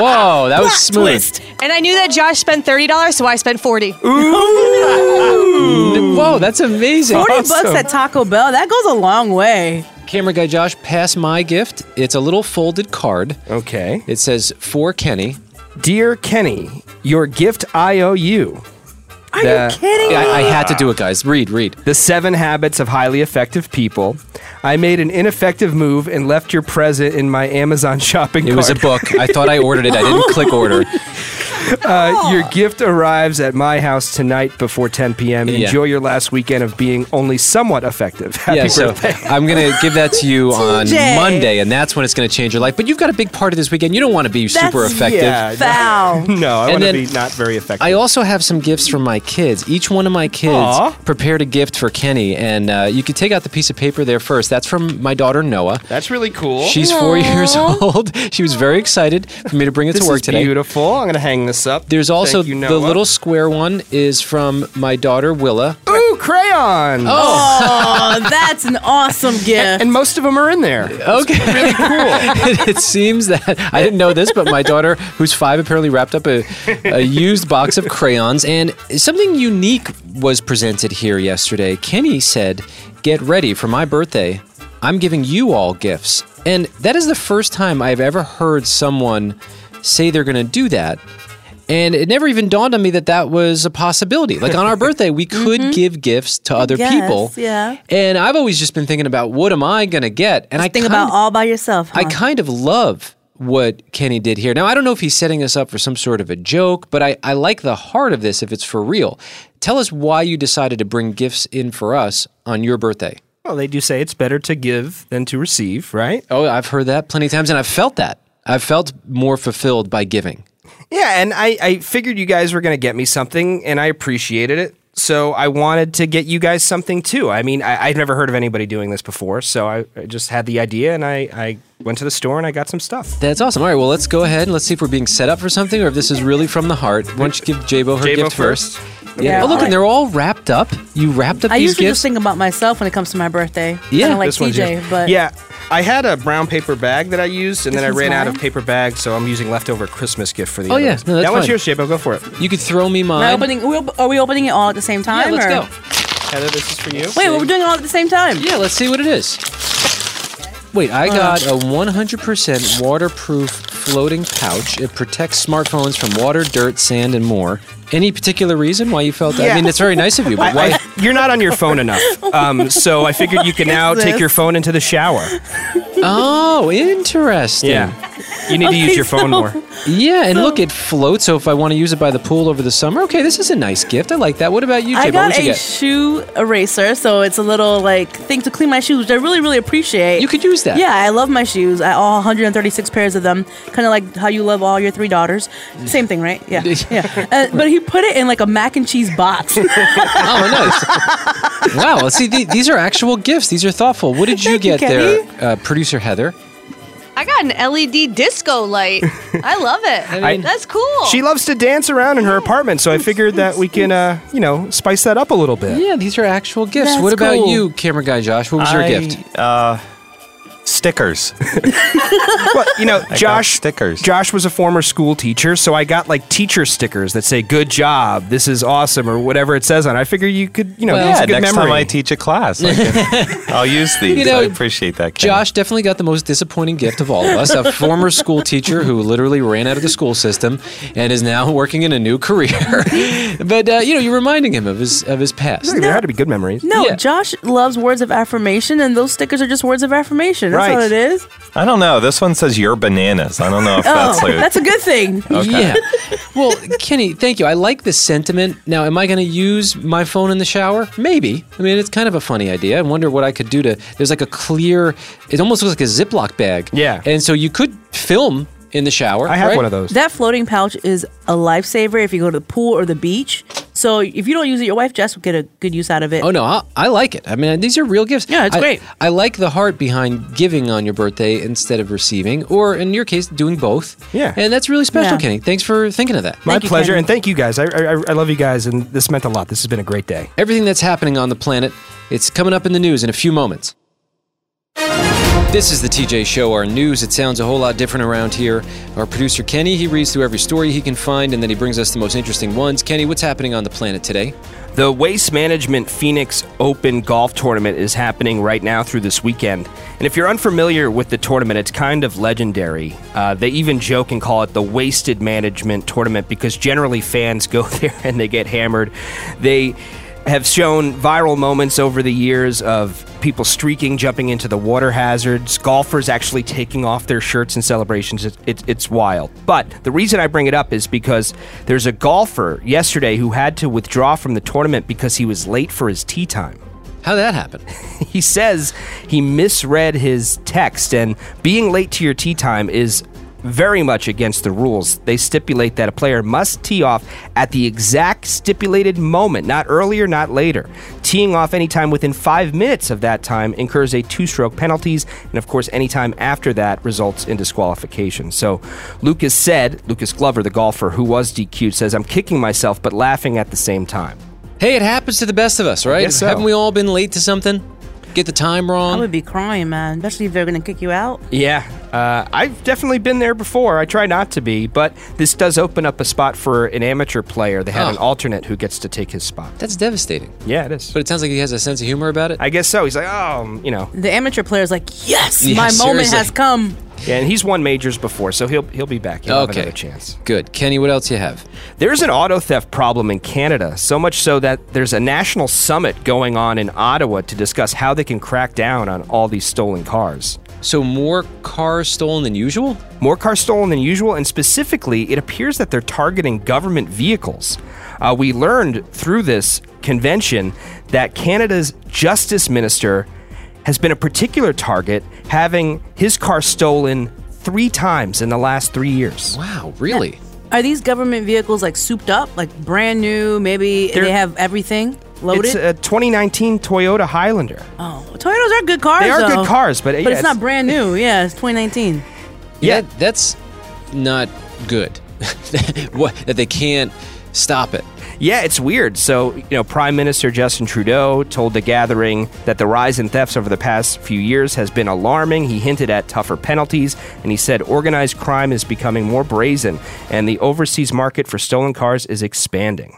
S1: Whoa, that was smooth.
S12: And I knew that Josh spent thirty dollars, so I spent forty.
S1: Ooh. Whoa, that's amazing.
S3: Forty bucks at Taco Bell. That goes a long way.
S1: Camera guy Josh, pass my gift. It's a little folded card.
S5: Okay.
S1: It says for Kenny.
S5: Dear Kenny, your gift I owe you.
S3: Are you kidding
S1: I, I
S5: me?
S1: had to do it, guys. Read, read.
S5: The Seven Habits of Highly Effective People. I made an ineffective move and left your present in my Amazon shopping
S1: It was a book. I thought I ordered it. I didn't click order.
S5: Uh, your gift arrives at my house tonight before 10 p.m.
S1: Yeah.
S5: Enjoy your last weekend of being only somewhat effective. Happy
S1: yeah, so
S5: birthday.
S1: I'm going to give that to you on
S5: TJ.
S1: Monday, and that's when it's going to change your life. But you've got a big party this weekend. You don't want to be super effective.
S5: Yeah, No, no, I
S1: And
S5: want to
S1: then-
S5: be not very effective.
S1: I also have some gifts from my kids. Each one of my kids
S5: Aw.
S1: prepared a gift for Kenny, and uh, you could take out the piece of paper there first. That's from my daughter Noah.
S5: That's really cool.
S1: She's four years old. She was very excited for me to bring it
S5: This
S1: to work
S5: is
S1: today.
S5: beautiful. I'm going to hang this up.
S1: There's also
S5: Thank you,
S1: the
S5: Noah.
S1: little square one is from my daughter Willa.
S5: Ooh, crayon.
S1: Oh.
S3: Oh, that's an awesome gift. And,
S5: most of them are in there.
S1: Okay. really cool. it seems that I didn't know this, but my daughter, who's five, apparently wrapped up a, a used box of crayons. And something unique was presented here yesterday. Kenny said, Get ready for my birthday. I'm giving you all gifts. And that is the first time I've ever heard someone say they're going to do that. And it never even dawned on me that that was a possibility. Like on our birthday, we could give gifts to other
S3: Mm-hmm. Yes,
S1: people.
S3: Yeah.
S1: And I've always just been thinking about what am I going to get? And I
S3: Think
S1: kind
S3: about
S1: of-
S3: all by yourself. Huh?
S1: I kind of love what Kenny did here. Now I don't know if he's setting us up for some sort of a joke, but I, I like the heart of this if it's for real. Tell us why you decided to bring gifts in for us on your birthday.
S5: Well, they do say it's better to give than to receive, right?
S1: Oh, I've heard that plenty of times and I've felt that. I've felt more fulfilled by giving.
S5: Yeah, and I, I figured you guys were going to get me something, and I appreciated it. So I wanted to get you guys something too. I mean, I, I've never heard of anybody doing this before, so I, I just had the idea, and I, I went to the store and I got some stuff.
S1: That's awesome. All right, well, let's go ahead and let's see if we're being set up for something or if this is really from the heart. Why don't you give Jabo her
S5: Jabo
S1: gift
S5: first.
S1: first? Yeah.
S3: Yeah.
S1: Oh, look, and they're all wrapped up. You wrapped up
S3: I
S1: these
S3: usually
S1: gifts.
S3: just think about myself when it comes to my birthday. I don't like TJ, but
S5: yeah, I had a brown paper bag that I used, and
S3: This
S5: then I
S3: one's
S5: ran out of
S3: mine?
S5: paper bags, so I'm using leftover Christmas gift for the.
S1: Oh,
S5: other
S1: yeah.
S5: ones.
S1: No, that's
S5: that one's
S1: fine.
S5: yours, Jabo. Go for it.
S1: You could throw me
S3: Am I
S1: mine.
S3: opening, are we op- are we opening it all at the same time?
S1: let's
S3: or-
S1: go.
S5: Heather, this is for you.
S3: Wait, we're doing it all at the same time.
S1: Yeah, let's see what it is. Wait, I got
S3: Uh,
S1: a 100% waterproof floating pouch. It protects smartphones from water, dirt, sand, and more. Any particular reason why you felt that? I
S5: Yeah.
S1: mean, it's very nice of you, but
S5: I-
S1: why? Oh
S5: I- you're not on your phone enough. Um, so I figured you can now
S1: is
S5: take your
S1: this?
S5: phone into the shower.
S1: oh, interesting.
S5: Yeah. You need to use your phone more.
S1: Yeah, and look, it floats. So if I want to use it by the pool over the summer, okay, this is a nice gift. I like that. What about you,
S3: I
S1: Jay? What
S3: got
S1: would
S3: a
S1: you get?
S3: shoe eraser, so it's a little like thing to clean my shoes, which I really, really appreciate. You
S1: could use that.
S3: Yeah, I love my shoes. I all 136 pairs of them, kind of like how you love all your three daughters.
S1: Mm.
S3: Same thing, right? Yeah, yeah. Uh, but he put it in like a mac and cheese box.
S1: oh, nice. wow. Well, see, the, these are actual gifts. These are thoughtful. What did you
S12: Thank you,
S1: get there, uh, producer Heather?
S12: I got an LED disco light. I love it.
S5: I mean-
S12: That's cool.
S5: She loves to dance around in her apartment, so I figured that we can, uh, you know, spice that up a little bit.
S1: Yeah, these are actual gifts.
S5: That's
S1: what about
S5: cool.
S1: you, camera guy Josh? What was
S5: I-
S1: your gift?
S11: Uh, stickers.
S5: well, you know,
S11: got
S5: Josh
S11: stickers.
S5: Josh was a former school teacher, so I got like teacher stickers that say "Good job, this is awesome" or whatever it says on. it. I figure you could, you know,
S11: Well,
S5: it's
S11: yeah,
S5: a good
S11: next
S5: memory.
S11: time I teach a class, I can, I'll use these.
S1: oh, You know,
S11: I appreciate that. Ken.
S1: Josh definitely got the most disappointing gift of all of us a former school teacher who literally ran out of the school system and is now working in a new career. but, uh, you know, you're reminding him of his, of his past.
S5: there had to be good memories.
S3: no, Josh loves words of affirmation, and those stickers are just words of affirmation. That's
S11: Right.
S3: all it is.
S11: I don't know. This one says "Your bananas." I don't know if that's
S3: oh,
S11: like.
S3: that's a good thing.
S11: Okay.
S1: Yeah. Well, Kenny, thank you. I like the sentiment. Now, am I going to use my phone in the shower? Maybe. I mean, it's kind of a funny idea. I wonder what I could do to. There's like a clear. It almost looks like a Ziploc bag. Yeah. And so you could film in the shower. right?
S3: That floating pouch is a lifesaver if you go to the pool or the beach. So if you don't use it, your wife Jess will get a good use out of it.
S1: Oh no, I, I like it. I mean, these are real gifts. Yeah,
S3: it's
S1: I,
S3: great.
S1: I like the heart behind giving on your birthday instead of receiving, or in your case, doing both. Yeah, and that's really special,
S5: Yeah.
S1: Kenny. Thanks for thinking of that.
S5: My pleasure, and thank you guys. I, I I love you guys, and this meant a lot. This has been a great day.
S1: Everything that's happening on the planet, it's coming up in the news in a few moments. This is the TJ Show, our news. It sounds a whole lot different around here. Our producer Kenny, he reads through every story he can find, and then he brings us the most interesting ones. Kenny, what's happening on the planet today?
S5: The Waste Management Phoenix Open Golf Tournament is happening right now through this weekend. And if you're unfamiliar with the tournament, it's kind of legendary. Uh, they even joke and call it the Wasted Management Tournament because generally fans go there and they get hammered. They have shown viral moments over the years of people streaking, jumping into the water hazards, golfers actually taking off their shirts in celebrations. It's, it's it's wild. But the reason I bring it up is because there's a golfer yesterday who had to withdraw from the tournament because he was late for his tee time.
S1: How that happened?
S5: he says he misread his text, and being late to your tee time is very much against the rules. They stipulate that a player must tee off at the exact stipulated moment, not earlier, not later. Teeing off any time within five minutes of that time incurs a two-stroke penalties, and of course, any time after that results in disqualification. So, Lucas said, Lucas Glover, the golfer who was DQ'd, says, "I'm kicking myself but laughing at the same time."
S1: Hey, it happens to the best of us, right?
S5: guess so.
S1: Haven't we all been late to something? Get the time
S3: I
S1: wrong.
S3: would be crying, man. Especially if they're gonna kick you out.
S5: Yeah, uh, I've definitely been there before. I try not to be, but this does open up a spot for an amateur player. They have
S1: Oh.
S5: an alternate who gets to take his spot.
S1: That's devastating.
S5: Yeah, it is.
S1: But it sounds like he has a sense of humor about it.
S5: I guess so. He's like, oh, you know.
S3: The amateur player's like, yes,
S1: Yeah,
S3: my moment
S1: seriously.
S3: has come.
S5: Yeah, and he's won majors before, so he'll he'll be back. He'll have
S1: Okay.
S5: another chance.
S1: Good, Kenny. What else you have?
S5: There's an auto theft problem in Canada, so much so that there's a national summit going on in Ottawa to discuss how they can crack down on all these stolen cars.
S1: So more cars stolen than usual?
S5: More cars stolen than usual, and specifically, it appears that they're targeting government vehicles. Uh, we learned through this convention that Canada's justice minister has been a particular target, having his car stolen three times in the last three years.
S1: Wow, really?
S3: Are these government vehicles like souped up, like brand new? Maybe
S5: They're-
S3: they have everything loaded.
S5: It's a 2019 Toyota Highlander.
S3: oh, Toyotas are good cars.
S5: They are good
S3: though.
S5: cars, but, uh, yeah,
S3: it's
S5: it's-
S3: not brand new. Yeah, it's 2019.
S1: Yeah, that's not good. what that they can't stop it.
S5: Yeah, it's weird. So, you know, Prime Minister Justin Trudeau told the gathering that the rise in thefts over the past few years has been alarming. He hinted at tougher penalties, and he said organized crime is becoming more brazen, and the overseas market for stolen cars is expanding.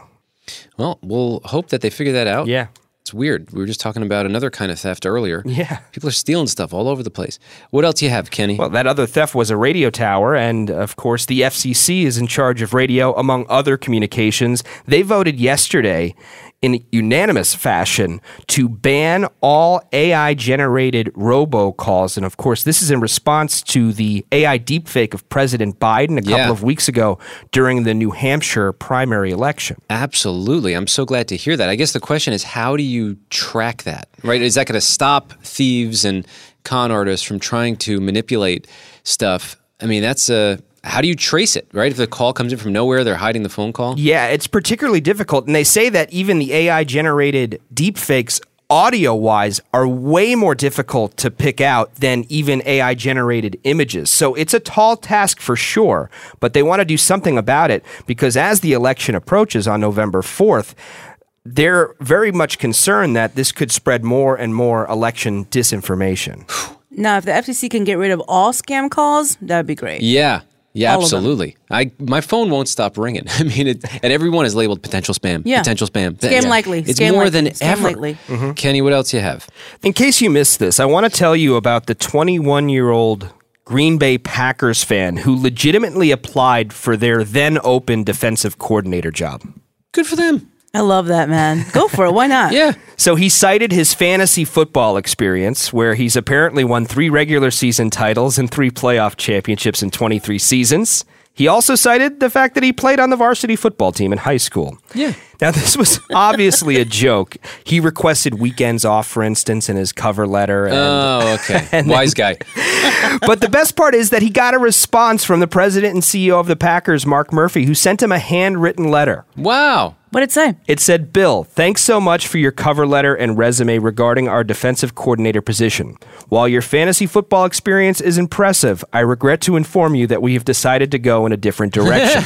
S1: Well, we'll hope that they figure that out.
S5: Yeah.
S1: It's weird. We were just talking about another kind of theft earlier.
S5: Yeah.
S1: People are stealing stuff all over the place. What else you have, Kenny?
S5: Well, that other theft was a radio tower, and of course, the FCC is in charge of radio, among other communications. They voted yesterday in unanimous fashion to ban all AI generated robocalls. And of course, this is in response to the AI deepfake of President Biden a couple
S1: Yeah.
S5: of weeks ago during the New Hampshire primary election.
S1: Absolutely. I'm so glad to hear that. I guess the question is how do you track that? Right? Is that going to stop thieves and con artists from trying to manipulate stuff? I mean, that's a how do you trace it, right? If the call comes in from nowhere, they're hiding the phone call.
S5: Yeah, it's particularly difficult. And they say that even the AI generated deepfakes, audio wise, are way more difficult to pick out than even AI generated images. So it's a tall task for sure, but they want to do something about it because as the election approaches on November 4th, they're very much concerned that this could spread more and more election disinformation.
S3: Now, if the FCC can get rid of all scam calls, that'd be great.
S1: Yeah. Yeah,
S3: All of them.
S1: absolutely. I my phone won't stop ringing. I mean, it, and everyone is labeled potential spam.
S3: Yeah.
S1: Potential spam.
S3: Scam likely,
S1: It's
S3: scam
S1: more
S3: likely,
S1: than
S3: scam
S1: ever.
S3: likely.
S1: Kenny, what else you have?
S5: Mm-hmm. In case you missed this, I want to tell you about the 21 year old Green Bay Packers fan who legitimately applied for their then open defensive coordinator job.
S1: Good for them.
S3: I love that, man. Go for it. Why not?
S1: Yeah.
S5: So he cited his fantasy football experience, where he's apparently won three regular season titles and three playoff championships in 23 seasons. He also cited the fact that he played on the varsity football team in high school.
S1: Yeah.
S5: Now, this was obviously a joke. He requested weekends off, for instance, in his cover letter. And
S1: Oh, okay. Wise guy.
S5: but the best part is that he got a response from the president and CEO of the Packers, Mark Murphy, who sent him a handwritten letter.
S1: Wow.
S3: What'd it say?
S5: It said, Bill, thanks so much for your cover letter and resume regarding our defensive coordinator position. While your fantasy football experience is impressive, I regret to inform you that we have decided to go in a different direction.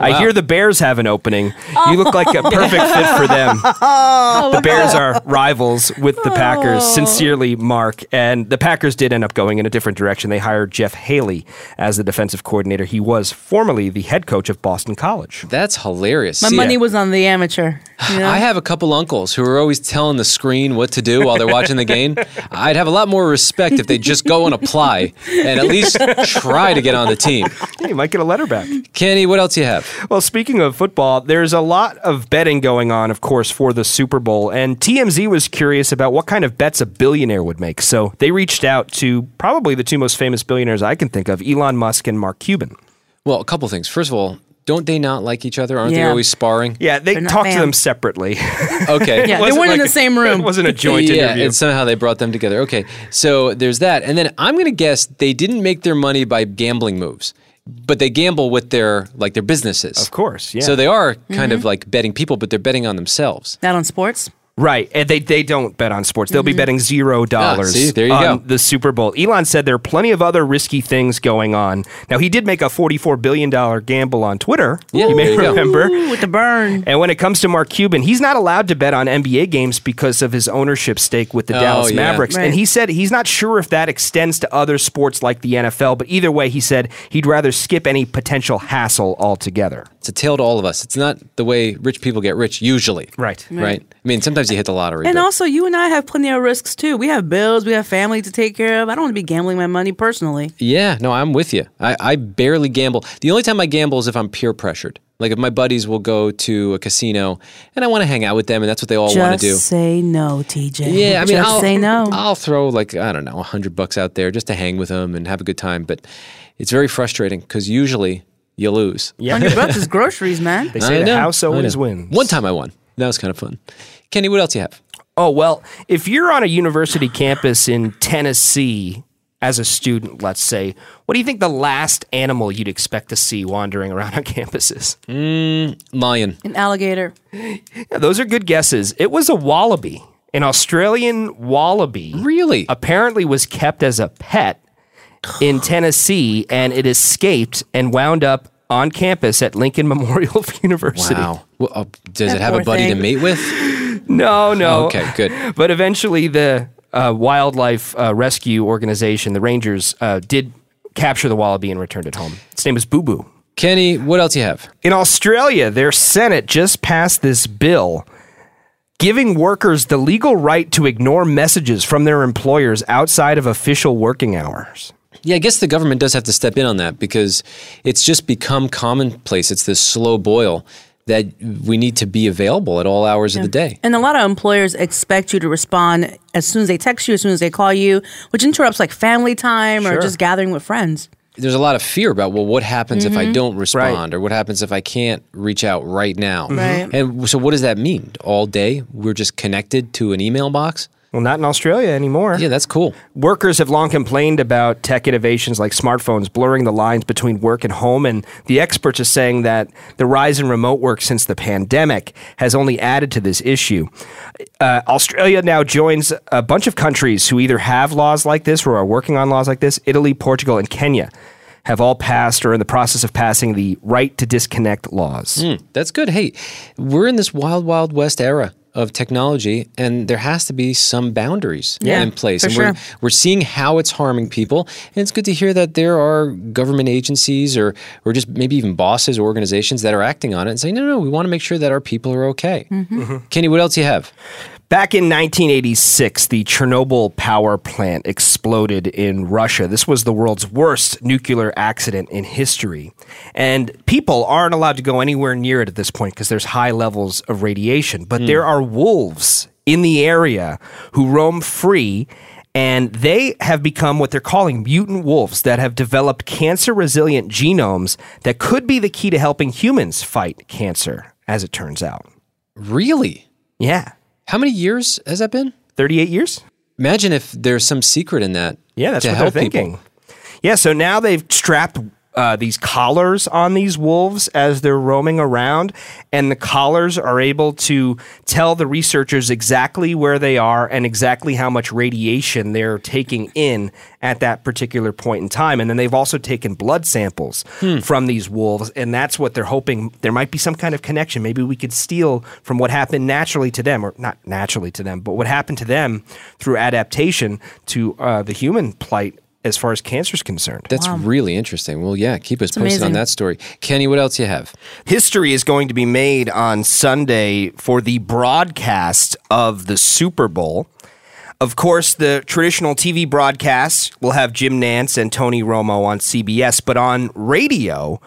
S5: I hear the Bears have an opening. You look like a perfect fit for them.
S9: Oh,
S5: The Bears are rivals with the Packers.
S3: Oh.
S5: Sincerely, Mark. And the Packers did end up going in a different direction. They hired Jeff Haley as the defensive coordinator. He was formerly the head coach of Boston College.
S1: That's hilarious.
S3: My
S1: See,
S3: money was on the amateur. you know?
S1: I have a couple uncles who are always telling the screen what to do while they're watching the game. I'd have a lot more respect if they just go and apply and at least try to get on the team.
S5: Yeah, you might get a letter back.
S1: Kenny, what else you have?
S5: Well, speaking of football, there's a lot of betting going on, of course, for the Super Bowl. And TMZ was curious about what kind of bets a billionaire would make. So they reached out to probably the two most famous billionaires I can think of Elon Musk and Mark Cuban.
S1: Well, a couple things. First of all, don't they not like each other? Aren't they
S5: Yeah.
S1: always sparring?
S5: Yeah, they
S1: not
S5: talk to
S1: fans.
S5: them separately.
S1: Okay.
S3: Yeah, they weren't in the same room.
S5: It wasn't a joint
S1: yeah,
S5: interview.
S1: and somehow they brought them together. Okay, so there's that, and then I'm going to guess they didn't make their money by gambling moves, but they gamble with their like their businesses. Of
S5: course, yeah.
S1: So they are kind
S3: Mhm.
S1: of like betting people, but they're betting on themselves.
S3: Not on sports.
S5: Right, and they they don't bet on sports. They'll be betting zero dollars
S1: Ah, see, there you
S5: on
S1: go.
S5: the Super Bowl. Elon said there are plenty of other risky things going on. Now he did make a forty-four billion dollar gamble on Twitter. you
S3: there
S5: may
S3: you go.
S5: remember
S3: Ooh, with the burn.
S5: And when it comes to Mark Cuban, he's not allowed to bet on NBA games because of his ownership stake with the
S1: Oh,
S5: Dallas
S1: yeah.
S5: Mavericks.
S1: Right.
S5: And he said he's not sure if that extends to other sports like the NFL. But either way, he said he'd rather skip any potential hassle altogether.
S1: It's a tale to all of us. It's not the way rich people get rich usually.
S5: Right.
S3: Right.
S1: Right. I mean, sometimes you hit the lottery.
S3: And
S1: but-
S3: also, you and I have plenty of risks too. We have bills, we have family to take care of. I don't want to be gambling my money personally.
S1: Yeah, no, I'm with you. I, I barely gamble. The only time I gamble is if I'm peer pressured. Like if my buddies will go to a casino and I want to hang out with them, and that's what they all want
S3: Just
S1: to do.
S3: say no, TJ.
S1: Yeah, I mean,
S3: Just
S1: I'll
S3: say no.
S1: I'll throw like I don't know, a hundred bucks out there just to hang with them and have a good time. But it's very frustrating because usually you lose.
S3: Hundred bucks is groceries, man.
S5: They say the house always
S1: wins. One time I won. That was kind of fun. Kenny, what else you have?
S5: Oh, well, if you're on a university campus in Tennessee as a student, let's say, what do you think the last animal you'd expect to see wandering around on campuses?
S1: Mm, lion.
S3: An alligator.
S5: Yeah, those are good guesses. It was a wallaby. An Australian wallaby.
S1: Really?
S5: Apparently was kept as a pet in Tennessee and it escaped and wound up on campus at Lincoln Memorial University.
S1: Wow. Well, uh, does it have a
S5: poor
S1: buddy
S5: thing.
S1: to mate with?
S5: No, no.
S1: Okay, good.
S5: But eventually, the uh, wildlife uh, rescue organization, the Rangers, uh, did capture the wallaby and returned it home. Its name is Boo Boo.
S1: Kenny, what else you have?
S5: In Australia, their Senate just passed this bill giving workers the legal right to ignore messages from their employers outside of official working hours.
S1: Yeah, I guess the government does have to step in on that because it's just become commonplace. It's this slow boil that we need to be available at all hours of the day.
S3: And a lot of employers expect you to respond as soon as they text you, as soon as they call you, which interrupts like family time or
S1: Sure.
S3: just gathering with friends.
S1: There's a lot of fear about well, what happens if I
S3: Mhm.
S1: don't respond, or what happens if I can't reach out right now?
S3: Right.
S1: And so, what does that mean? All day we're just connected to an email box.
S5: Well, not in Australia anymore.
S1: Yeah, that's cool.
S5: Workers have long complained about tech innovations like smartphones blurring the lines between work and home, and the experts are saying that the rise in remote work since the pandemic has only added to this issue. Uh, Australia now joins a bunch of countries who either have laws like this or are working on laws like this. Italy, Portugal, and Kenya have all passed or are in the process of passing the right to disconnect laws.
S1: Hmm, that's good. Hey, we're in this wild, wild west era of technology, and there has to be some boundaries
S5: Yeah,
S1: in place.
S5: for
S1: and we're,
S5: sure.
S1: we're seeing how it's harming people. And it's good to hear that there are government agencies or, or just maybe even bosses or organizations that are acting on it and saying, no, no, we want to make sure that our people are okay. Kenny, what else do you have?
S5: Back in 1986, the Chernobyl power plant exploded in Russia. This was the world's worst nuclear accident in history. And people aren't allowed to go anywhere near it at this point because there's high levels of radiation. But there
S1: Hmm.
S5: are wolves in the area who roam free. And they have become what they're calling mutant wolves that have developed cancer resilient genomes that could be the key to helping humans fight cancer, as it turns out.
S1: Really?
S5: Yeah.
S1: How many years has that been?
S5: 38 years.
S1: Imagine if there's some secret in that.
S5: Yeah, that's
S1: to
S5: what
S1: help
S5: they're
S1: people.
S5: thinking. Yeah, so now they've strapped uh, these collars on these wolves as they're roaming around, and the collars are able to tell the researchers exactly where they are and exactly how much radiation they're taking in at that particular point in time. And then they've also taken blood samples from these wolves, and that's what they're hoping there might be some kind of connection. Maybe we could steal from what happened naturally to them, or not naturally to them, but what happened to them through adaptation to uh, the human plight as far as cancer is concerned.
S1: That's really interesting. Well, yeah, keep us
S5: It's
S1: posted on
S5: amazing.
S1: that story. Kenny, what else you have?
S5: History is going to be made on Sunday for the broadcast of the Super Bowl. Of course, the traditional TV broadcasts will have Jim Nance and Tony Romo on CBS, but on radio,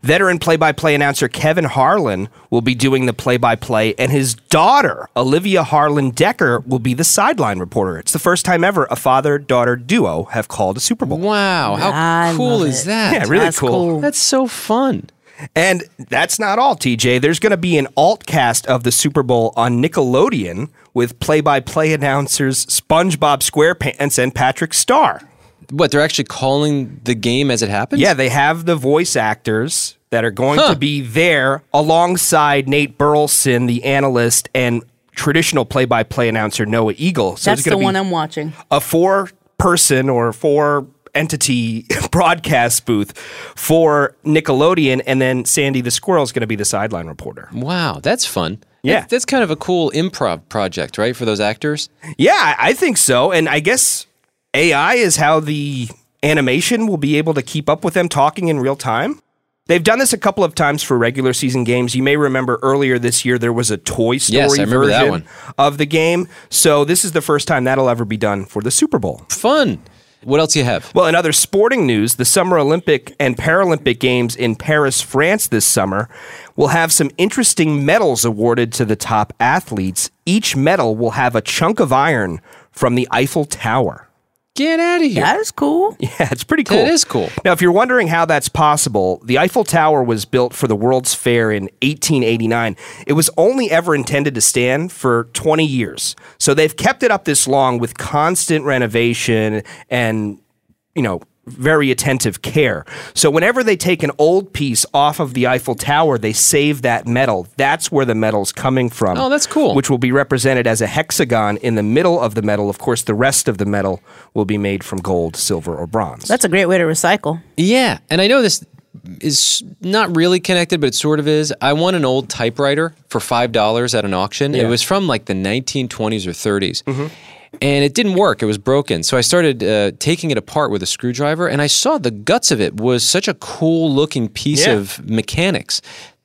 S5: veteran play by play announcer Kevin Harlan will be doing the play by play, and his daughter, Olivia Harlan Decker, will be the sideline reporter. It's the first time ever a father daughter duo have called a Super Bowl.
S1: Wow, Oh, how I cool love is it. that?
S5: Yeah, really
S1: That's cool. That's so fun.
S5: And that's not all, TJ. There's going to be an alt cast of the Super Bowl on Nickelodeon with play by play announcers SpongeBob SquarePants and Patrick Starr.
S1: What, they're actually calling the game as it happens?
S5: Yeah, they have the voice actors that are going to be there alongside Nate Burleson, the analyst, and traditional play by play announcer Noah Eagle. So
S3: That's
S5: it's going
S3: the
S5: to be
S3: one I'm watching.
S5: a four person or four entity broadcast booth for Nickelodeon, and then Sandy the Squirrel is going to be the sideline reporter.
S1: Wow, that's fun.
S5: Yeah.
S1: That's, that's kind of a cool improv project, right, for those actors?
S5: Yeah, I- I think so. And I guess AI is how the animation will be able to keep up with them talking in real time. They've done this a couple of times for regular season games. You may remember earlier this year there was a Toy Story
S1: Yes, I remember that
S5: version
S1: one.
S5: of the game. So this is the first time that'll ever be done for the Super Bowl.
S1: Fun. What else you have?
S5: Well, in other sporting news, the Summer Olympic and Paralympic Games in Paris, France this summer will have some interesting medals awarded to the top athletes. Each medal will have a chunk of iron from the Eiffel Tower.
S1: Get out of here.
S3: That is cool.
S5: Yeah, it's pretty cool.
S1: That is cool.
S5: Now, if you're wondering how that's possible, the Eiffel Tower was built for the World's Fair in 1889. It was only ever intended to stand for 20 years. So they've kept it up this long with constant renovation and, you know, very attentive care. So whenever they take an old piece off of the Eiffel Tower, they save that metal. That's where the metal's coming from.
S1: Oh, that's cool.
S5: Which will be represented as a hexagon in the middle of the metal. Of course, the rest of the metal will be made from gold, silver, or bronze.
S3: That's a great way to recycle.
S1: Yeah, and I know this is not really connected, but it sort of is. I won an old typewriter for five dollars at an auction. It
S13: Yeah.
S1: was from like the 1920s or 30s,
S5: Mm-hmm.
S1: and it didn't work. It was broken. So I started uh, taking it apart with a screwdriver, and I saw the guts of it was such a cool looking piece
S5: Yeah.
S1: of mechanics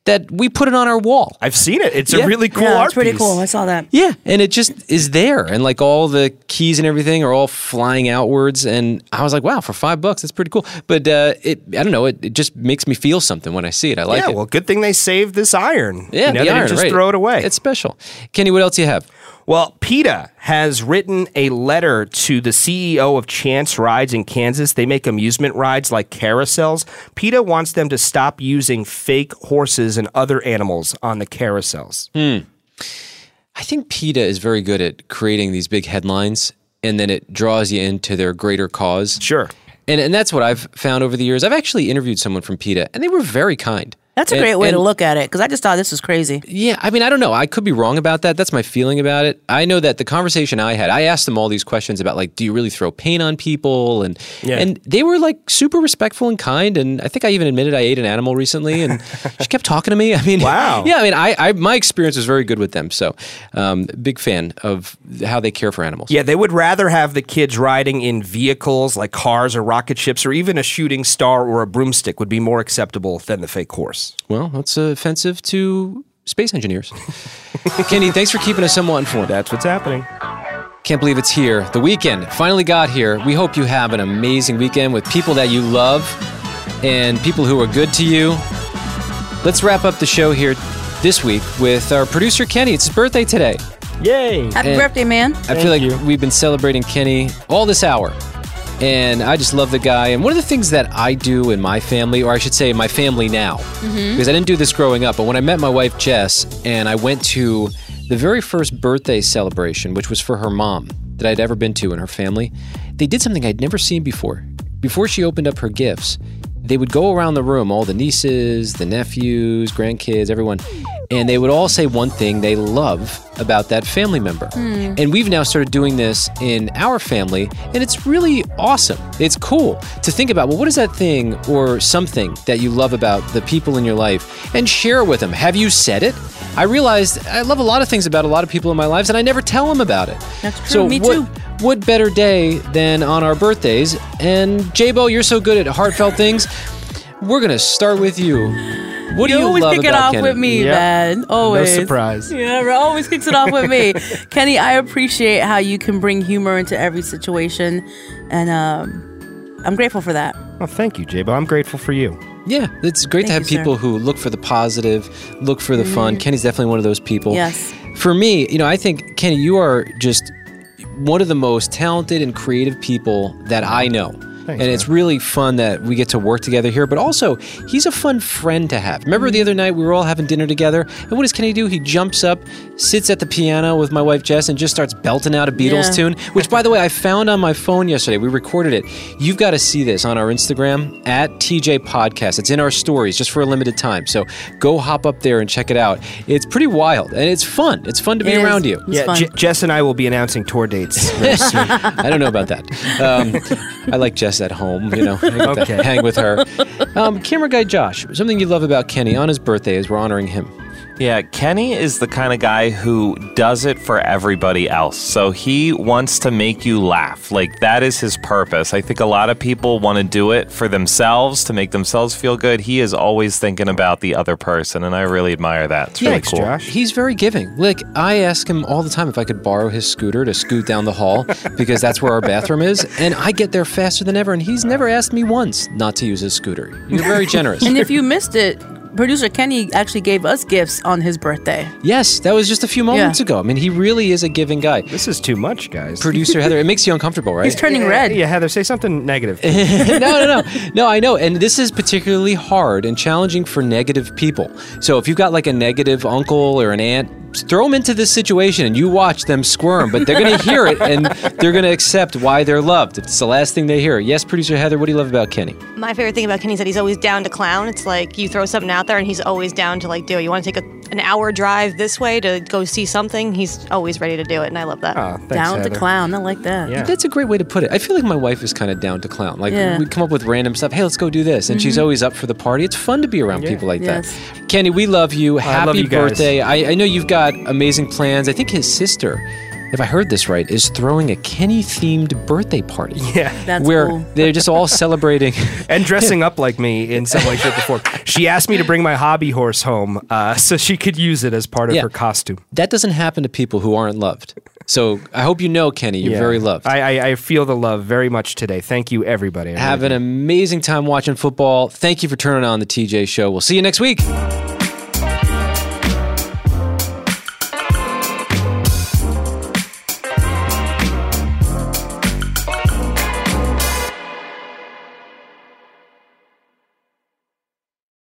S1: that we put it on our wall.
S5: I've seen it. It's
S1: Yeah.
S5: a really cool
S3: yeah,
S5: art
S3: It's pretty
S5: piece.
S3: cool. I saw that.
S1: Yeah, and it just is there, and like all the keys and everything are all flying outwards, and I was like, "Wow, for five bucks, that's pretty cool." But uh, it, I don't know, it, it just makes me feel something when I see it. I like
S5: yeah,
S1: it.
S5: well, good thing they saved this iron.
S1: Yeah,
S5: you know,
S1: the
S5: they
S1: iron,
S5: didn't just
S1: right.
S5: throw it away.
S1: It's special. Kenny, what else you have?
S5: Well, PETA has written a letter to the CEO of Chance Rides in Kansas. They make amusement rides like carousels. PETA wants them to stop using fake horses and other animals on the carousels.
S1: Hmm. I think PETA is very good at creating these big headlines and then it draws you into their greater cause.
S5: Sure.
S1: And and that's what I've found over the years. I've actually interviewed someone from PETA and they were very kind.
S3: That's a
S1: And-
S3: great way to
S1: and-
S3: look at it because I just thought this was crazy.
S1: Yeah, I mean, I don't know. I could be wrong about that. That's my feeling about it. I know that the conversation I had, I asked them all these questions about like, do you really throw paint on people? And
S5: Yeah.
S1: and they were like super respectful and kind. And I think I even admitted I ate an animal recently, and she kept talking to me. I mean,
S5: Wow.
S1: Yeah, I mean, I, I my experience was very good with them. So, um, big fan of how they care for animals.
S5: Yeah, they would rather have the kids riding in vehicles like cars or rocket ships or even a shooting star or a broomstick would be more acceptable than the fake horse.
S1: Well, that's offensive to space engineers. Kenny, thanks for keeping us somewhat informed.
S5: That's what's happening.
S1: Can't believe it's here. The weekend finally got here. We hope you have an amazing weekend with people that you love and people who are good to you. Let's wrap up the show here this week with our producer Kenny. It's his birthday today.
S5: Yay!
S3: Happy
S1: And-
S3: birthday, man.
S1: I feel like we've been celebrating Kenny all this hour. And I just love the guy. And one of the things that I do in my family, or I should say my family now,
S13: Mhm.
S1: because I didn't do this growing up, but when I met my wife Jess and I went to the very first birthday celebration, which was for her mom that I'd ever been to in her family, they did something I'd never seen before. Before she opened up her gifts, they would go around the room, all the nieces, the nephews, grandkids, everyone, and they would all say one thing they love about that family member.
S13: Hmm.
S1: And we've now started doing this in our family, and it's really awesome. It's cool to think about well, what is that thing or something that you love about the people in your life and share it with them? Have you said it? I realized I love a lot of things about a lot of people in my lives, and I never tell them about it. That's
S3: true.
S1: So
S3: Me
S1: what-
S3: too.
S1: What better day than on our birthdays? And J-Bo, you're so good at heartfelt things. We're gonna start with you. What
S3: you
S1: do you
S3: always
S1: love
S3: kick it
S1: about
S3: off
S1: Kenny?
S3: with me, man. Always. Yeah, bro, always kicks it off with me. Kenny, I appreciate how you can bring humor into every situation, and um, I'm grateful for that.
S5: Well, thank you, Jabo. I'm grateful for you.
S1: Yeah, it's great to
S3: Thank
S1: have
S3: you, sir.
S1: people who look for the positive, look for the fun.
S3: Mhm.
S1: Kenny's definitely one of those people.
S3: Yes.
S1: For me, you know, I think Kenny, you are just one of the most talented and creative people that I know. and it's really fun that we get to work together here, but also he's a fun friend to have. Remember the other night we were all having dinner together, and what does Kenny do? He jumps up, sits at the piano with my wife Jess, and just starts belting out a Beatles
S14: Yeah.
S1: tune tune, which by the way, I found on my phone yesterday. We recorded it. You've got to see this on our Instagram at TJ Podcast. It's in our stories just for a limited time. So go hop up there and check it out. It's pretty wild and it's fun. It's fun to be around you.
S5: Yeah, J- Jess and I will be announcing tour dates. very soon.
S1: I don't know about that. Um, I like Jess at home, you know, hang with,
S5: Okay.
S1: hang with her. Um, camera guy Josh, something you love about Kenny on his birthday is we're honoring him.
S11: Yeah, Kenny is the kind of guy who does it for everybody else. So he wants to make you laugh. Like, that is his purpose. I think a lot of people want to do it for themselves to make themselves feel good. He is always thinking about the other person, and I really admire that. It's really cool.
S1: He's very giving. Like I ask him all the time if I could borrow his scooter to scoot down the hall because that's where our bathroom is, and I get there faster than ever. And he's never asked me once not to use his scooter. You're very generous.
S3: and if you missed it, producer Kenny actually gave us gifts on his birthday.
S1: Yes, that was just a few moments ago. I mean, he really is a giving guy. This
S5: is too much, guys.
S1: Producer Heather, it makes you uncomfortable, right?
S5: He's turning red. Yeah, Heather, say something negative.
S1: no, no, no. No, I know. And this is particularly hard and challenging for negative people. So if you've got like a negative uncle or an aunt, throw them into this situation and you watch them squirm, but they're going to hear it and they're going to accept why they're loved. It's the last thing they hear. Yes, producer Heather, what do you love about Kenny?
S12: My favorite thing about Kenny is that he's always down to clown. It's like you throw something out there and he's always down to like do it. You want to take a, an hour drive this way to go see something? He's always ready to do it, and I love that.
S3: down to clown, I like that.
S1: That's a great way to put it. I feel like my wife is kind of down to clown. Like
S3: Yeah.
S1: we come up with random stuff. Hey, let's go do this, and she's
S3: Mhm.
S1: always up for the party. It's fun to be around people like
S3: Yes.
S1: that. Kenny, we love you. Happy
S5: Oh, love you guys.
S1: birthday! I, I know you've got amazing plans. I think his sister, if I heard this right, is throwing a Kenny themed birthday party. Yeah,
S5: That's
S1: where
S5: cool.
S1: they're just all celebrating.
S5: and dressing up like me in some way, shape, or form. She asked me to bring my hobby horse home uh, so she could use it as part of
S1: Yeah.
S5: her costume.
S1: That doesn't happen to people who aren't loved. So I hope you know, Kenny, you're
S5: Yeah.
S1: very loved.
S5: I, I, I feel the love very much today. Thank you, everybody. I really
S1: Have an amazing time watching football. Thank you for turning on the TJ show. We'll see you next week.